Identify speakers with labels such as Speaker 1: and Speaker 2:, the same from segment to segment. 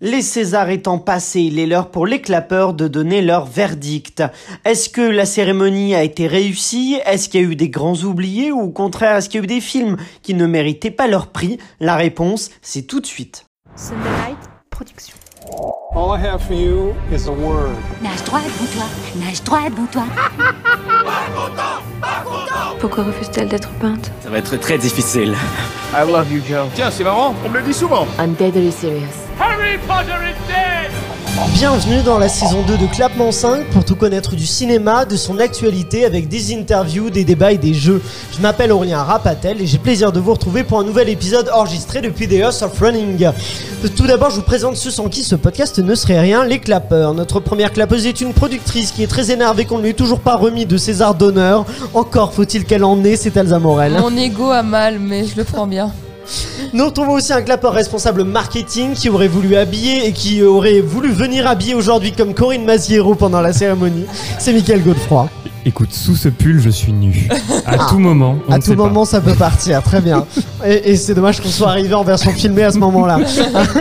Speaker 1: Les Césars étant passés, il est l'heure pour les clapeurs de donner leur verdict. Est-ce que la cérémonie a été réussie Est-ce qu'il y a eu des grands oubliés Ou au contraire, est-ce qu'il y a eu des films qui ne méritaient pas leur prix La réponse, c'est tout de suite.
Speaker 2: Sunday Night Production.
Speaker 3: All I have for you is a word.
Speaker 4: Nage droit bon toi, nage droit bon toi.
Speaker 2: Pourquoi refuse-t-elle d'être peinte
Speaker 5: Ça va être très difficile.
Speaker 6: Tiens, c'est marrant, on me le dit souvent.
Speaker 7: I'm deadly serious.
Speaker 1: Bienvenue dans la saison 2 de Clapement 5 pour tout connaître du cinéma, de son actualité avec des interviews, des débats et des jeux. Je m'appelle Aurélien Rapatel et j'ai plaisir de vous retrouver pour un nouvel épisode enregistré depuis The House of Running. Tout d'abord, je vous présente ceux sans qui ce podcast ne serait rien, les clapeurs. Notre première clapeuse est une productrice qui est très énervée qu'on ne lui ait toujours pas remis de César d'honneur. Encore faut-il qu'elle en ait, c'est Elsa Morel.
Speaker 8: Mon ego a mal, mais je le prends bien.
Speaker 1: Nous retrouvons aussi un clapeur responsable marketing qui aurait voulu habiller et qui aurait voulu venir habiller aujourd'hui comme Corinne Maziero pendant la cérémonie. C'est Mickaël Godefroy.
Speaker 9: Écoute, sous ce pull, je suis nu. À tout moment, on
Speaker 1: Ah. à
Speaker 9: ne
Speaker 1: tout
Speaker 9: sait pas.
Speaker 1: moment, ça peut partir. Très bien. Et, et c'est dommage qu'on soit arrivé en version filmée à ce moment-là.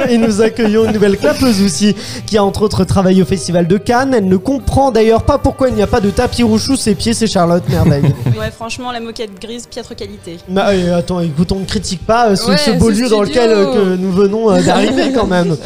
Speaker 1: Et nous accueillons une nouvelle clapeuse aussi, qui a entre autres travaillé au Festival de Cannes. Elle ne comprend d'ailleurs pas pourquoi il n'y a pas de tapis rouge sous ses pieds. C'est Charlotte Merveille.
Speaker 10: Ouais, franchement, la moquette grise, piètre qualité.
Speaker 1: Bah, euh, attends, écoute, on ne critique pas euh, ce,
Speaker 8: Ouais,
Speaker 1: ce beau
Speaker 8: ce
Speaker 1: lieu dans
Speaker 8: studio.
Speaker 1: lequel euh, que nous venons euh, d'arriver quand même.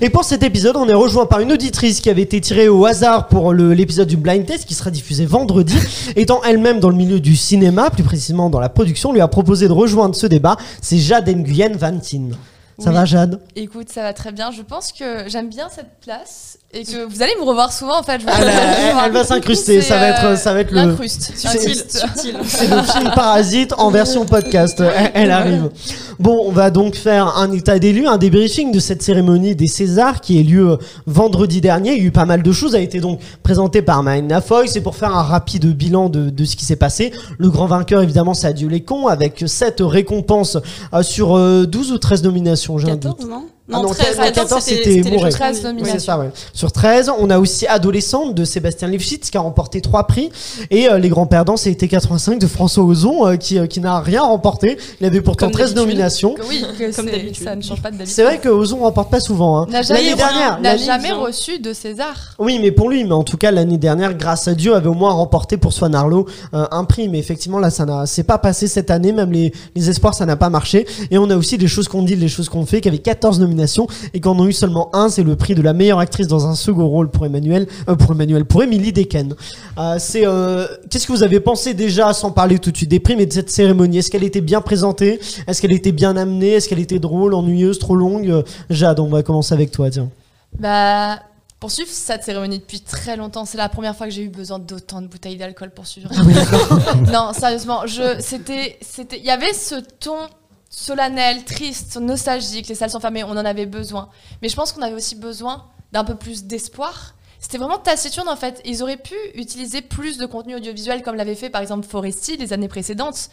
Speaker 1: Et pour cet épisode, on est rejoint par une auditrice qui avait été tirée au hasard pour le- l'épisode du Blind Test qui sera diffusé vendredi. Étant elle-même dans le milieu du cinéma, plus précisément dans la production, on lui a proposé de rejoindre ce débat. C'est Jade Nguyen Vantine. Ça
Speaker 8: Oui.
Speaker 1: va Jade
Speaker 8: Écoute, ça va très bien. Je pense que j'aime bien cette place et que vous allez me revoir souvent en fait. Je vous-
Speaker 1: Elle, Ah elle- elle va s'incruster,
Speaker 8: C'est,
Speaker 1: ça va être-
Speaker 8: euh,
Speaker 1: ça va être le-
Speaker 8: l'incruste.
Speaker 1: Ah, C'est-
Speaker 10: Subtil,
Speaker 8: L'incruste.
Speaker 10: subtil.
Speaker 1: C'est le film Parasite en version podcast. Elle, elle arrive. Bon, on va donc faire un état des lieux, un débriefing de cette cérémonie des Césars qui a eu lieu euh, vendredi dernier. Il y a eu pas mal de choses. A été donc présenté par Marina Foy. C'est pour faire un rapide bilan de, de ce qui s'est passé. Le grand vainqueur, évidemment, c'est Adieu les cons avec 7 récompenses euh, sur euh, 12 ou 13 nominations, j'ai un doute.
Speaker 10: 14, non
Speaker 1: Ah non,
Speaker 10: Non, 13,
Speaker 1: 14,
Speaker 10: 14,
Speaker 1: c'était
Speaker 10: c'était
Speaker 1: Bourré.
Speaker 10: les
Speaker 8: 13
Speaker 10: jeux de
Speaker 1: Oui,
Speaker 8: Oui,
Speaker 1: c'est
Speaker 8: bien
Speaker 1: ça, ouais. Sur 13, on a aussi Adolescente de Sébastien Lifshitz qui a remporté trois prix. Et euh, les grands perdants, c'était 85 de François Ozon euh, qui, euh, qui n'a rien remporté. Il avait pourtant
Speaker 10: Comme
Speaker 1: 13
Speaker 10: d'habitude.
Speaker 1: nominations.
Speaker 8: Que Oui, que
Speaker 10: Comme
Speaker 8: c'est-
Speaker 10: d'habitude.
Speaker 8: ça ne change pas de
Speaker 1: C'est vrai que Ozon remporte pas souvent. hein.
Speaker 8: N'a
Speaker 1: L'année
Speaker 8: jamais,
Speaker 1: dernière.
Speaker 8: n'a
Speaker 1: l'année-
Speaker 8: jamais
Speaker 10: ils ont-
Speaker 8: reçu de César.
Speaker 1: Oui, mais pour lui, mais en tout cas, l'année dernière, grâce à Dieu, avait au moins remporté pour Swan Arlo euh, un prix. Mais effectivement, là, ça n'a, c'est pas passé cette année, même les, les espoirs, ça n'a pas marché. Et on a aussi les choses qu'on dit, les choses qu'on fait, qui avaient 14 nominations et qu'en ont eu seulement un, c'est le prix de la meilleure actrice dans un second rôle pour Emmanuel, euh, pour Emmanuel, pour Emily Decken. Euh, c'est, euh, qu'est-ce que vous avez pensé déjà, sans parler tout de suite des prix, mais de cette cérémonie? Est-ce qu'elle était bien présentée? Est-ce qu'elle était bien amenée? Est-ce qu'elle était drôle, ennuyeuse, trop longue? Euh, Jade, on va commencer avec toi, tiens.
Speaker 8: Bah, pour suivre cette cérémonie depuis très longtemps, c'est la première fois que j'ai eu besoin d'autant de bouteilles d'alcool pour suivre.
Speaker 1: Ah
Speaker 8: non, sérieusement, je, c'était, c'était, il y avait ce ton solennel, triste, nostalgique. Les salles sont fermées, on en avait besoin. Mais je pense qu'on avait aussi besoin d'un peu plus d'espoir. C'était vraiment taciturne en fait. Ils auraient pu utiliser plus de contenu audiovisuel comme l'avait fait par exemple Foresti les années précédentes.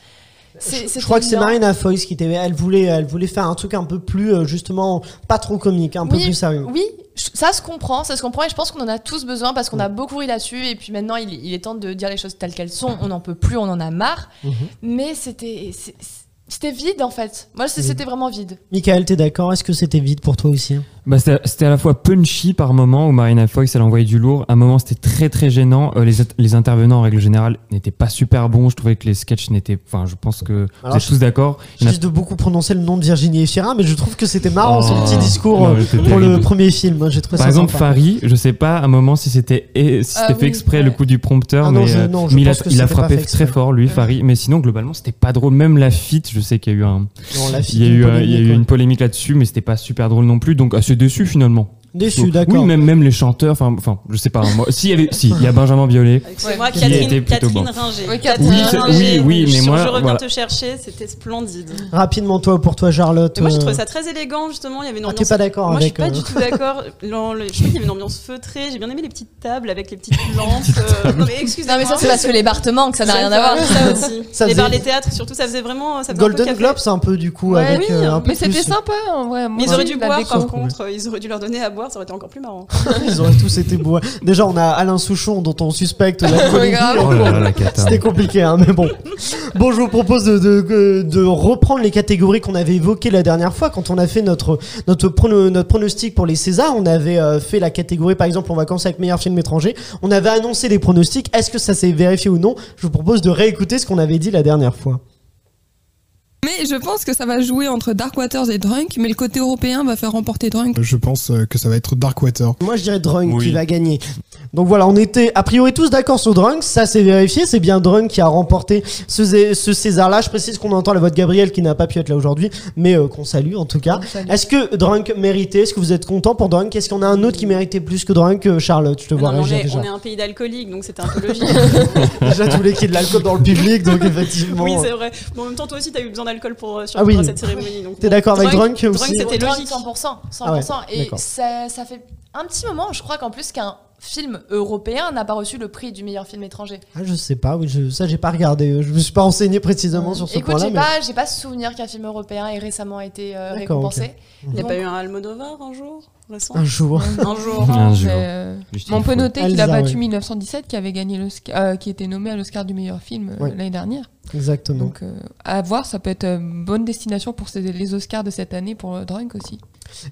Speaker 8: C'est-
Speaker 1: Euh, Je
Speaker 8: c'était
Speaker 1: crois que c'est
Speaker 8: lent.
Speaker 1: Marina Foïs qui était. Elle voulait, elle voulait faire un truc un peu plus, euh, justement, pas trop comique, un peu
Speaker 8: Oui,
Speaker 1: plus sérieux.
Speaker 8: Oui, je- ça se comprend, ça se comprend et je pense qu'on en a tous besoin parce qu'on a beaucoup ri là-dessus et puis maintenant il, il est temps de dire les choses telles qu'elles sont, on n'en peut plus, on en a marre.
Speaker 1: Mhm.
Speaker 8: Mais c'était c'est- c'était vide en fait. Moi c'est-
Speaker 1: Vide.
Speaker 8: c'était vraiment vide.
Speaker 1: Michael, t'es d'accord Est-ce que c'était vide pour toi aussi
Speaker 9: Bah, c'était c'était à la fois punchy par moment où Marina Foïs elle envoyait du lourd. À un moment c'était très très gênant. Euh, les, at- les intervenants en règle générale n'étaient pas super bons. Je trouvais que les sketchs n'étaient. Enfin, je pense que
Speaker 1: Alors,
Speaker 9: vous êtes
Speaker 1: je-
Speaker 9: tous d'accord. Il y en a-
Speaker 1: Juste de beaucoup prononcer le nom de Virginie Efira, mais je trouve que c'était marrant
Speaker 9: Oh.
Speaker 1: son petit discours
Speaker 9: Non,
Speaker 1: euh,
Speaker 9: mais c'était
Speaker 1: pour le
Speaker 9: terrible.
Speaker 1: premier film. hein, J'ai trouvé
Speaker 9: Par
Speaker 1: ça
Speaker 9: exemple,
Speaker 1: sympa.
Speaker 9: Fari, je sais pas à un moment si c'était eh, si
Speaker 8: Ah
Speaker 9: c'était fait
Speaker 8: oui,
Speaker 9: exprès
Speaker 8: ouais.
Speaker 9: le coup du prompteur,
Speaker 1: Ah non,
Speaker 9: mais,
Speaker 1: je-
Speaker 9: euh,
Speaker 1: non, je
Speaker 9: mais il, a,
Speaker 1: pense que
Speaker 9: il a
Speaker 1: c'était pas
Speaker 9: frappé
Speaker 1: fait
Speaker 9: très
Speaker 1: exprès.
Speaker 9: fort lui, Fari. Mais sinon, globalement, c'était pas drôle. Même la fit, je sais qu'il y a eu un,
Speaker 1: Non, la
Speaker 9: il y
Speaker 1: fille
Speaker 9: a
Speaker 1: du
Speaker 9: eu, euh,
Speaker 1: polémique,
Speaker 9: il y a eu
Speaker 1: ouais.
Speaker 9: une polémique là-dessus, mais c'était pas super drôle non plus. Donc assez déçu finalement.
Speaker 1: Déçu,
Speaker 9: Donc,
Speaker 1: d'accord.
Speaker 9: Oui, même, même les chanteurs, enfin, enfin, je sais pas. Moi, si, il y avait, si, il y a Benjamin Biolay.
Speaker 10: C'est moi,
Speaker 8: Qui
Speaker 10: Catherine,
Speaker 9: était plutôt
Speaker 10: Catherine
Speaker 9: bon.
Speaker 10: Ringer.
Speaker 8: Oui,
Speaker 10: Catherine
Speaker 8: Oui, c'est-
Speaker 10: Ringer,
Speaker 9: oui, oui, mais
Speaker 10: sur
Speaker 9: moi,
Speaker 10: Je reviens
Speaker 9: voilà.
Speaker 10: te chercher, c'était splendide.
Speaker 1: Rapidement, toi, pour toi, Charlotte.
Speaker 10: Mais moi, j'ai trouvé
Speaker 1: euh,
Speaker 10: ça très élégant, justement. Il y avait une
Speaker 1: Ah, t'es
Speaker 10: ambiance.
Speaker 1: pas d'accord
Speaker 10: moi, je suis
Speaker 1: avec.
Speaker 10: pas
Speaker 1: euh,
Speaker 10: du tout d'accord. Dans le- Je trouve qu'il y avait une ambiance feutrée. J'ai bien aimé les petites tables avec les petites lampes. euh, Non, mais excusez-moi.
Speaker 8: Non mais ça c'est parce que les bars te manquent, ça n'a rien à voir.
Speaker 10: Ça aussi.
Speaker 1: Ça
Speaker 10: les
Speaker 1: faisait-
Speaker 10: bars, les théâtres, surtout, ça faisait vraiment. Ça faisait un peu
Speaker 1: Golden
Speaker 10: café.
Speaker 1: Globes, un peu, du coup,
Speaker 8: Ouais,
Speaker 1: avec
Speaker 8: oui,
Speaker 1: euh, un peu
Speaker 8: mais c'était
Speaker 1: plus-
Speaker 8: sympa en vrai. Moi,
Speaker 10: Mais ils auraient dû
Speaker 8: la
Speaker 10: boire,
Speaker 8: déco.
Speaker 10: par contre. Ils auraient dû leur donner à voir, ça aurait été encore plus marrant.
Speaker 1: Ils auraient tous été beaux. Déjà, on a Alain Souchon, dont on suspecte la
Speaker 8: Oui, grave.
Speaker 9: Oh là là, la cata.
Speaker 1: C'était compliqué, hein, mais bon. Bon, je vous propose de, de, de reprendre les catégories qu'on avait évoquées la dernière fois quand on a fait notre, notre, prono- notre pronostic pour les Césars. On avait euh, fait la catégorie, par exemple, en vacances avec meilleur film étranger. On avait annoncé les pronostics. Est-ce que ça s'est vérifié ou non Je vous propose de réécouter ce qu'on avait dit la dernière fois.
Speaker 5: Mais je pense que ça va jouer entre Dark Waters et Drunk, mais le côté européen va faire remporter Drunk.
Speaker 7: Je pense euh, que ça va être Darkwater.
Speaker 1: Moi, je dirais Drunk
Speaker 11: Oui.
Speaker 1: qui va gagner. Donc voilà, on était a priori tous d'accord sur Drunk, ça c'est vérifié, c'est bien Drunk qui a remporté ce, Zé- ce César-là. Je précise qu'on entend la voix de Gabriel qui n'a pas pu être là aujourd'hui, mais euh, qu'on salue en tout cas. Est-ce que Drunk méritait Est-ce que vous êtes content pour Drunk Est-ce qu'on a un autre qui méritait plus que Drunk Euh, Charlotte, je te vois
Speaker 10: Non, mais on,
Speaker 1: réagir
Speaker 10: est,
Speaker 1: déjà.
Speaker 10: on est un pays d'alcooliques, donc c'était un peu logique.
Speaker 1: Déjà, tous les qui de l'alcool dans le public, donc effectivement. euh,
Speaker 10: oui, c'est vrai. Bon, en même temps, toi aussi, t'as eu besoin d'alcool pour euh,
Speaker 1: Ah oui.
Speaker 10: survivre à cette cérémonie. donc
Speaker 1: T'es
Speaker 10: bon.
Speaker 1: d'accord avec Drunk,
Speaker 10: Drunk,
Speaker 1: aussi
Speaker 10: c'était
Speaker 8: Drunk,
Speaker 10: logique.
Speaker 8: 100%. 100%
Speaker 1: Ah ouais,
Speaker 8: et
Speaker 1: d'accord.
Speaker 8: ça, ça fait un petit moment, je crois qu'en plus qu'un film européen n'a pas reçu le prix du meilleur film étranger.
Speaker 1: Ah, je sais pas, oui, je- ça j'ai pas regardé, euh, je me suis pas renseigné précisément sur ce
Speaker 8: Écoute,
Speaker 1: point-là.
Speaker 8: j'ai
Speaker 1: mais-
Speaker 8: pas, j'ai pas souvenir qu'un film européen ait récemment été euh,
Speaker 1: D'accord,
Speaker 8: récompensé.
Speaker 10: Il n'y a
Speaker 8: Donc,
Speaker 10: pas eu un Almodovar un jour récent
Speaker 1: Un jour.
Speaker 10: Un jour.
Speaker 9: Un jour.
Speaker 5: Euh,
Speaker 9: Juste
Speaker 5: mais on
Speaker 9: une
Speaker 5: peut
Speaker 9: fois.
Speaker 5: noter qu'il a
Speaker 1: Elsa,
Speaker 5: battu
Speaker 1: ouais.
Speaker 5: 1917, qui avait gagné l'Oscar, euh, qui était nommé à l'Oscar du meilleur film euh,
Speaker 1: Ouais.
Speaker 5: l'année dernière.
Speaker 1: Exactement.
Speaker 5: Donc euh, à voir, ça peut être euh, bonne destination pour ces- les Oscars de cette année pour euh, Drunk aussi.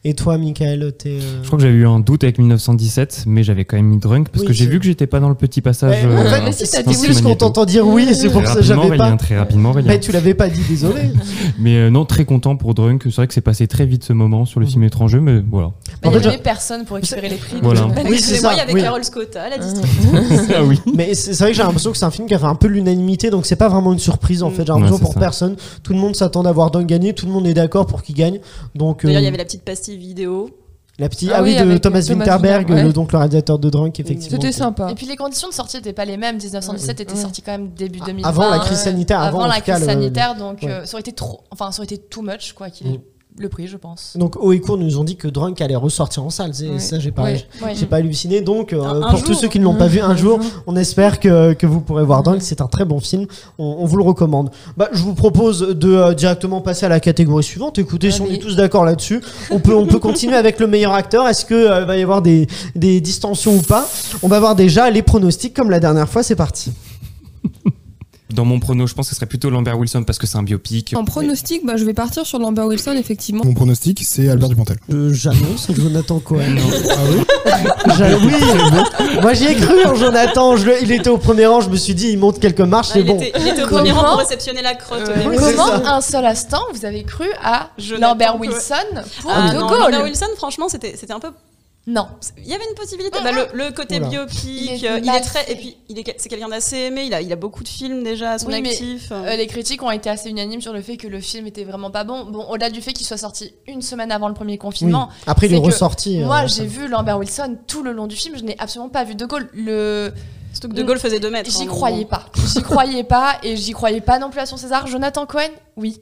Speaker 1: Et toi, Michael, t'es. euh,
Speaker 9: Je crois que j'avais eu un doute avec 1917, mais j'avais quand même mis Drunk parce
Speaker 1: Oui,
Speaker 9: que j'ai
Speaker 1: c'est-
Speaker 9: vu que j'étais pas dans le petit passage.
Speaker 1: Ouais,
Speaker 9: euh,
Speaker 1: en fait,
Speaker 5: mais si, t'as
Speaker 1: c'est
Speaker 5: dit oui.
Speaker 1: juste qu'on t'entend dire oui, et c'est pour
Speaker 9: Très
Speaker 1: ça que
Speaker 9: rapidement,
Speaker 1: j'avais pas.
Speaker 9: Aurélien, très rapidement, Aurélien.
Speaker 1: Mais tu l'avais pas dit, désolé.
Speaker 9: Mais euh, non, très content pour Drunk. C'est vrai que c'est passé très vite ce moment sur le
Speaker 1: Mm.
Speaker 9: film étranger, mais voilà.
Speaker 8: bah,
Speaker 1: En
Speaker 8: il n'y
Speaker 1: fait,
Speaker 8: avait personne pour récupérer les prix.
Speaker 9: Voilà.
Speaker 8: donc-
Speaker 1: Oui, c'est
Speaker 10: Excusez-moi,
Speaker 1: ça,
Speaker 10: il y avait
Speaker 1: oui.
Speaker 10: Carole hein, Scotta, la district.
Speaker 9: Ah oui.
Speaker 1: Mais c'est c'est vrai que j'ai l'impression que c'est un film qui a fait un peu l'unanimité, donc c'est pas vraiment une surprise en fait. J'ai
Speaker 9: Ouais,
Speaker 1: l'impression
Speaker 9: c'est
Speaker 1: pour
Speaker 9: ça.
Speaker 1: personne, tout le monde s'attend à voir Don gagner, tout le monde est d'accord pour qu'il gagne. Donc euh,
Speaker 10: D'ailleurs, il y avait la petite pastille vidéo.
Speaker 1: la petite,
Speaker 5: Ah
Speaker 1: ah oui,
Speaker 5: oui,
Speaker 1: de
Speaker 5: avec
Speaker 1: Thomas
Speaker 5: Thomas
Speaker 1: Winterberg,
Speaker 5: Winterberg,
Speaker 1: le-
Speaker 5: ouais.
Speaker 1: donc le réalisateur de Drunk, effectivement.
Speaker 5: C'était sympa.
Speaker 8: Et puis les conditions de sortie n'étaient pas les mêmes. 1917 était
Speaker 5: Ouais.
Speaker 8: sorti quand même début
Speaker 1: Ah,
Speaker 8: 2020.
Speaker 1: avant la crise sanitaire, avant,
Speaker 8: Avant,
Speaker 1: en
Speaker 8: la
Speaker 1: tout cas,
Speaker 8: crise
Speaker 1: le-
Speaker 8: sanitaire, donc
Speaker 1: ouais.
Speaker 8: euh, ça aurait été trop, enfin ça aurait été too much quoi qu'il ait
Speaker 1: Mm.
Speaker 8: le prix, je pense.
Speaker 1: Donc haut et court nous ont dit que Drunk allait ressortir en salle. C'est-
Speaker 5: Ouais.
Speaker 1: Ça j'ai pas,
Speaker 5: Ouais.
Speaker 8: Ouais.
Speaker 1: j'ai pas halluciné. Donc euh,
Speaker 10: Un- un
Speaker 1: pour tous
Speaker 10: jour.
Speaker 1: ceux qui ne l'ont pas vu, un jour, On espère que, que vous pourrez voir Drunk, c'est un très bon film, on, on vous le recommande. Bah, je vous propose de euh, directement passer à la catégorie suivante. Écoutez, si on
Speaker 5: Allez.
Speaker 1: est tous d'accord là-dessus, on peut, on peut continuer avec le meilleur acteur. Est-ce que euh, va y avoir des, des distensions ou pas On va voir déjà les pronostics comme la dernière fois, c'est parti.
Speaker 9: Dans mon prono, je pense que ce serait plutôt Lambert Wilson parce que c'est un biopic.
Speaker 5: En pronostic, bah, je vais partir sur Lambert Wilson, effectivement.
Speaker 7: Mon pronostic, c'est Albert Dupontel.
Speaker 1: Euh, J'annonce Jonathan Cohen.
Speaker 7: Ah oui
Speaker 1: J'a- oui, moi j'y ai cru en Jonathan, je le- il était au premier rang, je me suis dit il monte quelques marches,
Speaker 10: Ah,
Speaker 1: c'est
Speaker 10: il,
Speaker 1: bon.
Speaker 10: était, il était au
Speaker 8: Comment
Speaker 10: premier rang pour réceptionner la crotte. au
Speaker 8: Euh,
Speaker 10: début.
Speaker 1: oui, c'est
Speaker 8: comment
Speaker 1: ça.
Speaker 8: un seul instant vous avez cru à
Speaker 10: Jonathan
Speaker 8: Lambert
Speaker 10: Cohen.
Speaker 8: Wilson pour
Speaker 10: Ah,
Speaker 8: De
Speaker 10: non,
Speaker 8: Gaulle
Speaker 10: Linda Wilson, franchement, c'était c'était un peu.
Speaker 8: Non.
Speaker 10: Il y avait une possibilité. Bah, le, le côté
Speaker 1: Oula.
Speaker 10: biopic, euh,
Speaker 8: Il
Speaker 10: il
Speaker 8: est
Speaker 10: est,
Speaker 8: mal
Speaker 10: très.
Speaker 8: fait.
Speaker 10: Et puis, il est- c'est quelqu'un d'assez aimé. Il a, il a beaucoup de films déjà à son
Speaker 8: Oui, mais,
Speaker 10: actif.
Speaker 8: Euh, les critiques ont été assez unanimes sur le fait que le film était vraiment pas bon. Bon, au-delà du fait qu'il soit sorti une semaine avant le premier
Speaker 1: Oui.
Speaker 8: confinement,
Speaker 1: Après il est
Speaker 8: c'est que
Speaker 1: ressorti. euh,
Speaker 8: moi j'ai vu Lambert Wilson tout le long du film, je n'ai absolument pas vu De Gaulle. Le...
Speaker 10: Surtout que De Gaulle faisait deux mètres.
Speaker 8: J'y
Speaker 10: hein,
Speaker 8: croyais
Speaker 10: donc,
Speaker 8: pas. J'y croyais pas et j'y croyais pas non plus à son César. Jonathan Cohen Oui,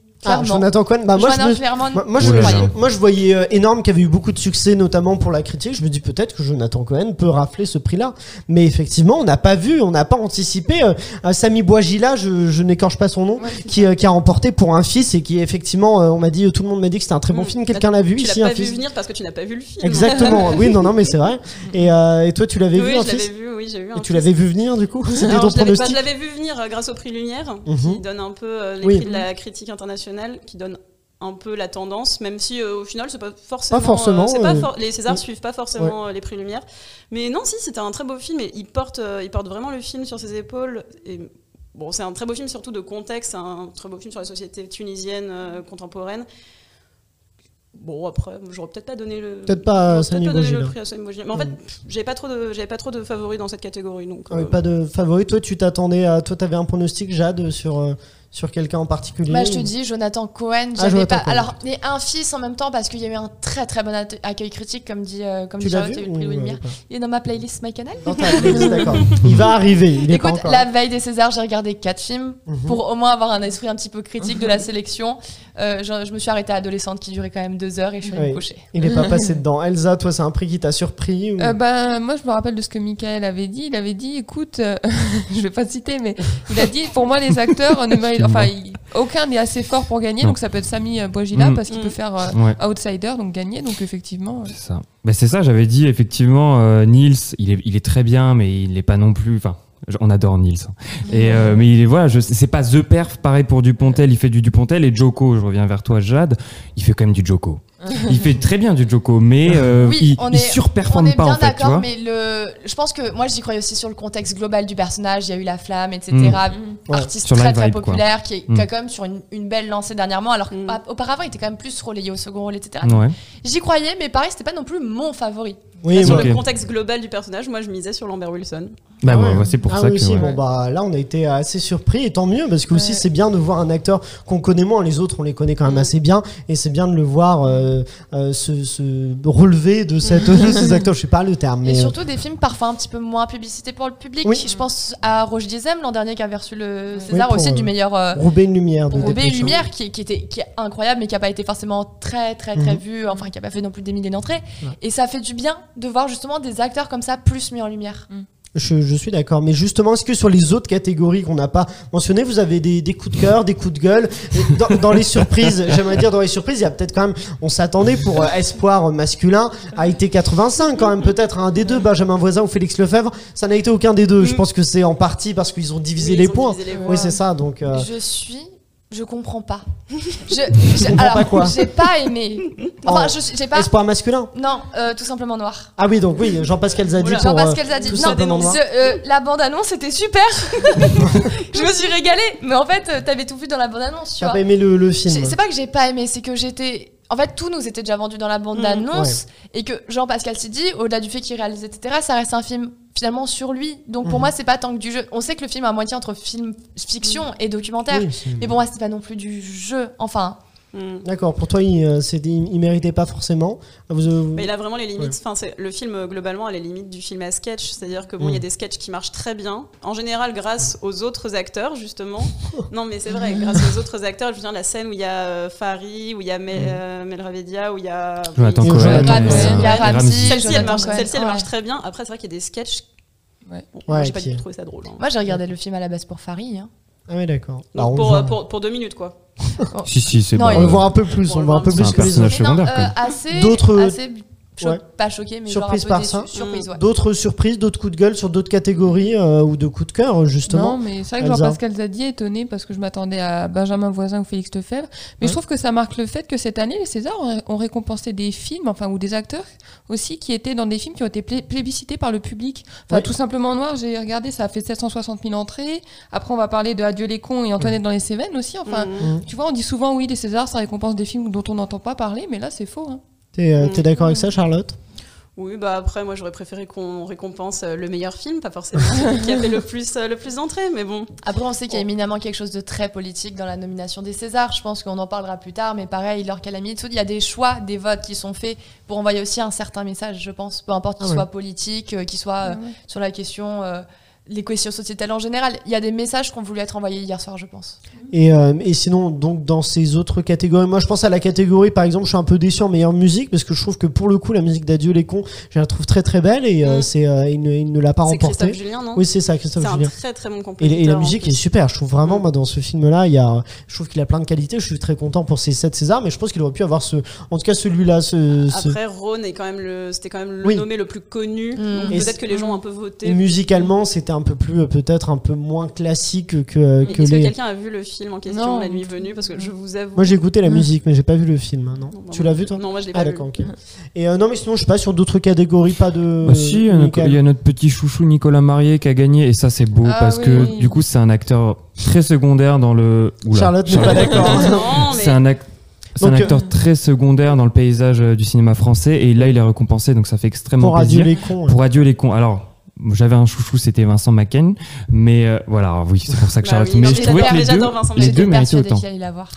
Speaker 1: Ah,
Speaker 8: clairement.
Speaker 1: Jonathan Cohen, bah moi je
Speaker 8: Jonathan
Speaker 1: me-
Speaker 8: Cohen,
Speaker 1: Moi, moi, je,
Speaker 9: Oulala.
Speaker 1: je- moi, je voyais euh, énorme qu'il y avait eu beaucoup de succès, notamment pour la critique. Je me dis peut-être que Jonathan Cohen peut rafler ce prix-là. Mais effectivement, on n'a pas vu, on n'a pas anticipé. Euh, euh, Samy Boisgila, je, je n'écorche pas son nom, qui, euh, qui a remporté pour un fils et qui effectivement, euh, on m'a dit, euh, tout le monde m'a dit que c'était un très bon
Speaker 10: Mm.
Speaker 1: film. Quelqu'un l'a vu
Speaker 10: Tu l'as
Speaker 1: ici,
Speaker 10: pas
Speaker 1: un
Speaker 10: vu
Speaker 1: fils
Speaker 10: venir parce que tu n'as pas vu le film.
Speaker 1: Exactement. oui, non, non, mais c'est vrai. Et, euh, et toi, tu l'avais
Speaker 10: Oui,
Speaker 1: vu, un
Speaker 10: je l'avais
Speaker 1: fils
Speaker 10: vu. Oui, j'ai vu. un
Speaker 1: Et tu
Speaker 10: fils.
Speaker 1: l'avais vu venir, du coup C'était ton
Speaker 10: Alors, je l'avais- bah, je
Speaker 1: pronostic
Speaker 10: l'avais vu venir euh, grâce au prix Lumière,
Speaker 1: Mhm.
Speaker 10: qui donne un peu euh, les
Speaker 1: Oui.
Speaker 10: prix de la critique internationale, qui donne un peu la tendance, même si euh, au final c'est pas forcément.
Speaker 1: Pas forcément,
Speaker 10: euh, c'est pas
Speaker 1: euh,
Speaker 10: for- les Césars
Speaker 1: oui.
Speaker 10: suivent pas forcément euh, les prix Lumière, mais non, si c'était un très beau film et il porte, euh, il porte vraiment le film sur ses épaules. Et bon, c'est un très beau film surtout de contexte, c'est un très beau film sur la société tunisienne euh, contemporaine. Bon après, j'aurais peut-être pas donné le.
Speaker 1: Peut-être pas, euh,
Speaker 10: j'aurais peut-être
Speaker 1: Samy
Speaker 10: pas donné
Speaker 1: Bogila.
Speaker 10: le prix à Samy Bogila. Mais en fait, j'avais pas trop de, j'avais pas trop de favoris dans cette catégorie, donc.
Speaker 1: Ah oui,
Speaker 10: euh,
Speaker 1: Pas de favori. Toi, tu t'attendais à. Toi, t'avais un pronostic, Jade, sur, euh, sur quelqu'un en particulier
Speaker 8: Bah, je te
Speaker 1: ou-
Speaker 8: dis, Jonathan Cohen,
Speaker 1: Ah,
Speaker 8: j'avais
Speaker 1: Jonathan
Speaker 8: pas.
Speaker 1: Cohen.
Speaker 8: Alors, et un fils en même temps parce qu'il y a eu un très très bon atte- accueil critique, comme dit euh, comme
Speaker 1: Tu
Speaker 8: dit
Speaker 1: l'as
Speaker 8: Charlotte, il y a eu
Speaker 1: vu
Speaker 8: le prix
Speaker 1: ou, euh,
Speaker 8: Lumière.
Speaker 1: pas
Speaker 8: Il est dans ma playlist My Canal.
Speaker 1: Dans ta playlist, d'accord. Il va arriver, il est pas
Speaker 8: Écoute,
Speaker 1: encore.
Speaker 8: la veille des Césars, j'ai regardé quatre films
Speaker 1: Mhm.
Speaker 8: pour au moins avoir un esprit un petit peu critique de la sélection. Euh, je, je me suis arrêtée à adolescente qui durait quand même deux heures et je suis allée
Speaker 1: Oui.
Speaker 8: me coucher.
Speaker 1: Il est pas passé dedans. Elsa, toi, c'est un prix qui t'a surpris ou...
Speaker 5: Euh, bah, moi, je me rappelle de ce que Michael avait dit. Il avait dit, écoute, euh, je vais pas te citer, mais il a dit, pour moi, les acteurs euh, ne méritent, enfin, ils- Aucun n'est assez fort pour gagner,
Speaker 9: Non.
Speaker 5: donc ça peut être Sami euh, Bouajila
Speaker 9: Mm.
Speaker 5: parce qu'il
Speaker 10: Mm.
Speaker 5: peut faire euh,
Speaker 9: Ouais.
Speaker 5: outsider, donc gagner. Donc effectivement, euh,
Speaker 9: C'est ça. Bah, c'est ça, j'avais dit effectivement, euh, Niels, il est, il est très bien, mais il n'est pas non plus. Enfin, je- on adore Niels. hein. Et, euh, mais il est, voilà, je- c'est pas The Perf, pareil pour Dupontel, il fait du Dupontel. Et Joko, je reviens vers toi, Jade, il fait quand même du Joko. Il fait très bien du Joko, mais euh,
Speaker 8: Oui,
Speaker 9: il,
Speaker 8: on
Speaker 9: il
Speaker 8: est-
Speaker 9: surperforme
Speaker 8: on est
Speaker 9: pas
Speaker 8: bien
Speaker 9: en fait. Tu vois
Speaker 8: d'accord, mais le... je pense que moi j'y croyais aussi sur le contexte global du personnage. Il y a eu la flamme, etc.
Speaker 5: Mm.
Speaker 1: Ouais.
Speaker 8: Artiste
Speaker 9: Mm. Sur
Speaker 8: très
Speaker 9: Live
Speaker 8: très
Speaker 9: Vibe, quoi.
Speaker 8: populaire qui, est-
Speaker 9: Mm.
Speaker 8: qui a quand même sur une, une belle lancée dernièrement. Alors
Speaker 10: Mm.
Speaker 8: qu'auparavant il était quand même plus relayé au second rôle, etc.
Speaker 9: Ouais.
Speaker 8: J'y croyais, mais pareil, c'était pas non plus mon favori.
Speaker 1: Oui,
Speaker 10: sur
Speaker 1: ouais.
Speaker 10: le
Speaker 9: Ah, Ok.
Speaker 10: contexte global du personnage, moi je misais sur Lambert Wilson.
Speaker 9: Bah,
Speaker 1: Ah
Speaker 9: ouais,
Speaker 1: ouais.
Speaker 9: ouais, c'est pour
Speaker 1: Ah
Speaker 9: ça
Speaker 1: oui,
Speaker 9: que.
Speaker 1: si,
Speaker 9: ouais.
Speaker 1: bon, bah, là, on a été assez surpris, et tant mieux, parce que aussi,
Speaker 5: Ouais.
Speaker 1: c'est bien de voir un acteur qu'on connaît moins. Les autres, on les connaît quand
Speaker 8: Mm.
Speaker 1: même assez bien, et c'est bien de le voir euh, euh, se, se relever de, cette, de ces acteurs. Je sais pas le terme,
Speaker 9: euh,
Speaker 1: mais. euh,
Speaker 8: Et surtout des films parfois un petit peu moins publicités pour le public.
Speaker 1: Oui.
Speaker 8: Je pense à Roche Dizem l'an dernier qui avait reçu le César
Speaker 1: pour,
Speaker 8: aussi du
Speaker 1: euh,
Speaker 8: meilleur. euh,
Speaker 1: Roubaix une lumière de
Speaker 8: pour Roubaix et
Speaker 1: Dépêche, hein.
Speaker 8: Lumière qui, qui était qui est incroyable mais qui a pas été forcément très très très
Speaker 1: Mhm.
Speaker 8: vu enfin qui a pas fait non plus des milliers d'entrées et ça fait du bien de voir justement des acteurs comme ça plus mis en lumière
Speaker 1: Je, je suis d'accord, mais justement, est-ce que sur les autres catégories qu'on n'a pas mentionnées, vous avez des, des coups de cœur, des coups de gueule Et dans, dans les surprises, j'aimerais dire dans les surprises, il y a peut-être quand même, on s'attendait pour euh, espoir masculin à été 85 quand même peut-être à un des deux, Benjamin Voisin ou Félix Lefebvre, ça n'a été aucun des deux. Je pense que c'est en partie parce qu'ils ont divisé
Speaker 10: Mm. Oui,
Speaker 1: les
Speaker 10: ils ont
Speaker 1: points.
Speaker 10: divisé les
Speaker 1: Oui,
Speaker 10: voix.
Speaker 1: c'est ça. Donc euh,
Speaker 8: je suis je comprends pas je, je-
Speaker 1: comprends
Speaker 8: alors
Speaker 1: pas quoi
Speaker 8: j'ai pas aimé enfin
Speaker 1: Oh.
Speaker 8: je suis- j'ai pas
Speaker 1: espoir masculin.
Speaker 8: non euh, tout simplement noir
Speaker 1: Ah oui, donc oui, Jean-Pascal Zadie
Speaker 10: Oula.
Speaker 1: pour
Speaker 8: Jean-Pascal
Speaker 1: euh,
Speaker 8: Zadie.
Speaker 1: tout
Speaker 8: Non,
Speaker 1: simplement noir.
Speaker 8: Ce- euh, la bande annonce était super je me suis régalée mais en fait euh, t'avais tout vu dans la bande annonce tu
Speaker 1: T'as
Speaker 8: vois
Speaker 1: pas aimé le, le film
Speaker 8: J'ai- C'est pas que j'ai pas aimé, c'est que j'étais. En fait, tout nous était déjà vendu dans la
Speaker 1: Mm.
Speaker 8: bande
Speaker 10: Mhm.
Speaker 8: d'annonce et que Jean-Pascal Sidi, au-delà du fait qu'il réalise, etc., ça reste un film finalement sur lui. Donc pour
Speaker 1: Mhm.
Speaker 8: moi, c'est pas tant que du jeu. On sait que le film est à moitié entre film fiction et documentaire.
Speaker 1: Mm. Oui, c'est-
Speaker 8: Mais bon, ouais, c'est pas non plus du jeu. Enfin,
Speaker 10: Mm.
Speaker 1: D'accord, pour toi, il, euh, c'est- il, il méritait pas forcément. Vous, euh, vous-
Speaker 10: Mais il a vraiment les limites.
Speaker 1: Ouais.
Speaker 10: Enfin, c'est- le film euh, globalement a les limites du film à sketch, c'est-à-dire que bon, il y
Speaker 1: Mm.
Speaker 10: a des sketchs qui marchent très bien, en général grâce aux autres acteurs justement. non, mais c'est vrai, grâce aux autres acteurs. Je veux dire la scène où il y a euh, Fahri, où il y a Mel,
Speaker 1: Mm.
Speaker 10: euh, Melravedia, où il y a
Speaker 9: Jonathan
Speaker 1: Et
Speaker 9: Cohen,
Speaker 1: Jonathan
Speaker 9: et,
Speaker 1: Ramsey,
Speaker 9: euh,
Speaker 8: il y a
Speaker 9: et
Speaker 8: Ramsey.
Speaker 9: Ramsey.
Speaker 10: Celle-ci,
Speaker 8: Jonathan
Speaker 10: elle marche,
Speaker 8: Cohen,
Speaker 10: celle-ci, elle
Speaker 8: ouais.
Speaker 10: marche très bien. Après, c'est vrai qu'il y a des sketchs.
Speaker 5: Ouais.
Speaker 10: Bon, moi, j'ai
Speaker 1: Ouais,
Speaker 10: pas
Speaker 1: qui-
Speaker 10: du tout trouvé ça drôle. hein.
Speaker 8: moi j'ai regardé le film à la base pour Farid. hein.
Speaker 1: Ah oui, d'accord.
Speaker 10: Donc,
Speaker 1: Alors, on
Speaker 10: pour,
Speaker 1: voit-
Speaker 10: euh, pour, pour deux minutes, quoi.
Speaker 9: Si, si, c'est
Speaker 8: Non,
Speaker 9: bon.
Speaker 1: On le voit un peu plus,
Speaker 10: Bon,
Speaker 1: on le voit un peu
Speaker 10: c'est
Speaker 1: plus
Speaker 9: un
Speaker 1: que les
Speaker 9: personnage.
Speaker 1: autres.
Speaker 8: Mais non,
Speaker 9: secondaire,
Speaker 8: euh,
Speaker 9: quoi.
Speaker 8: assez.
Speaker 1: D'autres-
Speaker 8: assez cho-
Speaker 1: ouais.
Speaker 8: Pas choqué, mais
Speaker 1: Surprise
Speaker 8: genre un
Speaker 1: par
Speaker 8: peu déçu.
Speaker 1: ça.
Speaker 8: Surprise, ouais.
Speaker 1: D'autres surprises, d'autres coups de gueule sur d'autres catégories euh, ou de coups de cœur,
Speaker 5: Non,
Speaker 1: justement.
Speaker 5: mais c'est vrai que
Speaker 1: Elsa.
Speaker 5: Jean-Pascal Zadie est étonné parce que je m'attendais à Benjamin Voisin ou Félix Lefebvre. Mais
Speaker 1: Ouais.
Speaker 5: je trouve que ça marque le fait que cette année, les Césars ont, ont récompensé des films, enfin, ou des acteurs aussi, qui étaient dans des films qui ont été plé- plébiscités par le public. Enfin,
Speaker 1: Ouais.
Speaker 5: tout simplement Noir, j'ai regardé, ça a fait 760 000 entrées. Après, on va parler de Adieu les cons et Antoinette dans les Cévennes aussi. Enfin,
Speaker 10: Mm.
Speaker 5: tu vois, on dit souvent, oui, les Césars, ça récompense des films dont on n'entend pas parler, mais là, c'est faux. hein.
Speaker 1: T'es euh,
Speaker 10: Mm.
Speaker 1: t'es d'accord avec ça, Charlotte
Speaker 10: Oui, bah après, moi, j'aurais préféré qu'on récompense euh, le meilleur film, pas forcément celui qui a fait le plus, euh, le plus d'entrées, mais bon.
Speaker 8: Après, on sait qu'il y a éminemment quelque chose de très politique dans la nomination des Césars. Je pense qu'on en parlera plus tard, mais pareil, leur calamité, il y a des choix, des votes qui sont faits pour envoyer aussi un certain message, je pense. Peu importe qu'il
Speaker 1: Ah ouais.
Speaker 8: soit politique, euh, qu'il soit euh,
Speaker 5: Ouais, ouais.
Speaker 8: sur la question, euh, les questions sociétales en général. Il y a des messages qu'on voulait être envoyés hier soir, je pense.
Speaker 1: et, euh, et sinon, donc dans ces autres catégories, moi je pense à la catégorie, par exemple, je suis un peu déçu en meilleure musique parce que je trouve que pour le coup, la musique d'Adieu les cons, je la trouve très très belle et euh,
Speaker 10: Mm.
Speaker 1: c'est euh, il, ne, il ne l'a pas
Speaker 10: C'est Christophe
Speaker 1: remportée.
Speaker 10: Julien, non
Speaker 1: Oui, c'est ça, Christophe
Speaker 10: C'est un
Speaker 1: Julien.
Speaker 10: très très bon
Speaker 1: Et,
Speaker 10: compositeur.
Speaker 1: et la
Speaker 10: en
Speaker 1: musique
Speaker 10: plus.
Speaker 1: est super. Je trouve vraiment, moi, dans ce film-là, il y a, je trouve qu'il a plein de qualités. Je suis très content pour ces 7 Césars, mais je pense qu'il aurait pu avoir ce, en tout cas celui-là, ce, ce-
Speaker 10: Après, Ron est quand même le, c'était quand même le
Speaker 1: Oui.
Speaker 10: nommé le plus connu.
Speaker 8: Mm.
Speaker 10: donc
Speaker 1: Et
Speaker 10: Peut-être
Speaker 1: c'est-
Speaker 10: que les gens ont un peu
Speaker 1: Et
Speaker 10: voté.
Speaker 1: musicalement, c'était un peu plus, euh, peut-être un peu moins classique que, euh,
Speaker 10: Mais
Speaker 1: que
Speaker 10: Est-ce que
Speaker 1: les.
Speaker 10: quelqu'un a vu le film en question
Speaker 5: Non.
Speaker 10: la nuit venue Parce que je vous avoue.
Speaker 1: Moi, j'ai écouté la
Speaker 5: Mm.
Speaker 1: musique, mais j'ai pas vu le film. hein, Non.
Speaker 10: Mmh. Non, bah
Speaker 1: tu
Speaker 10: moi-
Speaker 1: l'as vu, toi
Speaker 10: Non, moi je l'ai pas
Speaker 1: Ah,
Speaker 10: vu.
Speaker 1: d'accord, ok. Et euh, non, mais sinon, je sais pas, sur d'autres catégories, pas de.
Speaker 9: Bah si, il y a notre-
Speaker 1: Michael.
Speaker 9: il y a notre petit chouchou Nicolas Marié qui a gagné et ça c'est beau
Speaker 5: Ah
Speaker 9: parce
Speaker 5: oui.
Speaker 9: que du coup c'est un acteur très secondaire dans le. Oula.
Speaker 1: Charlotte n'est pas
Speaker 10: Bah
Speaker 1: d'accord.
Speaker 10: Non, mais
Speaker 9: C'est un, ac- c'est un
Speaker 1: Donc, euh,
Speaker 9: acteur très secondaire dans le paysage euh, du cinéma français et là il est récompensé donc ça fait extrêmement
Speaker 1: Pour
Speaker 9: plaisir.
Speaker 1: adieu les cons. hein. ouais.
Speaker 9: Pour Adieu les cons. Alors j'avais un chouchou c'était Vincent Macken mais euh, voilà alors oui c'est pour ça que
Speaker 10: Bah
Speaker 9: Charlotte.
Speaker 10: oui,
Speaker 9: mais
Speaker 10: non,
Speaker 9: je
Speaker 10: mais
Speaker 9: trouvais
Speaker 10: j'adore-
Speaker 9: que les deux,
Speaker 10: j'adore Vincent
Speaker 9: les
Speaker 10: Macken.
Speaker 9: deux
Speaker 8: J'étais
Speaker 9: méritaient
Speaker 8: persuadée
Speaker 9: autant.
Speaker 8: qu'il allait la voir.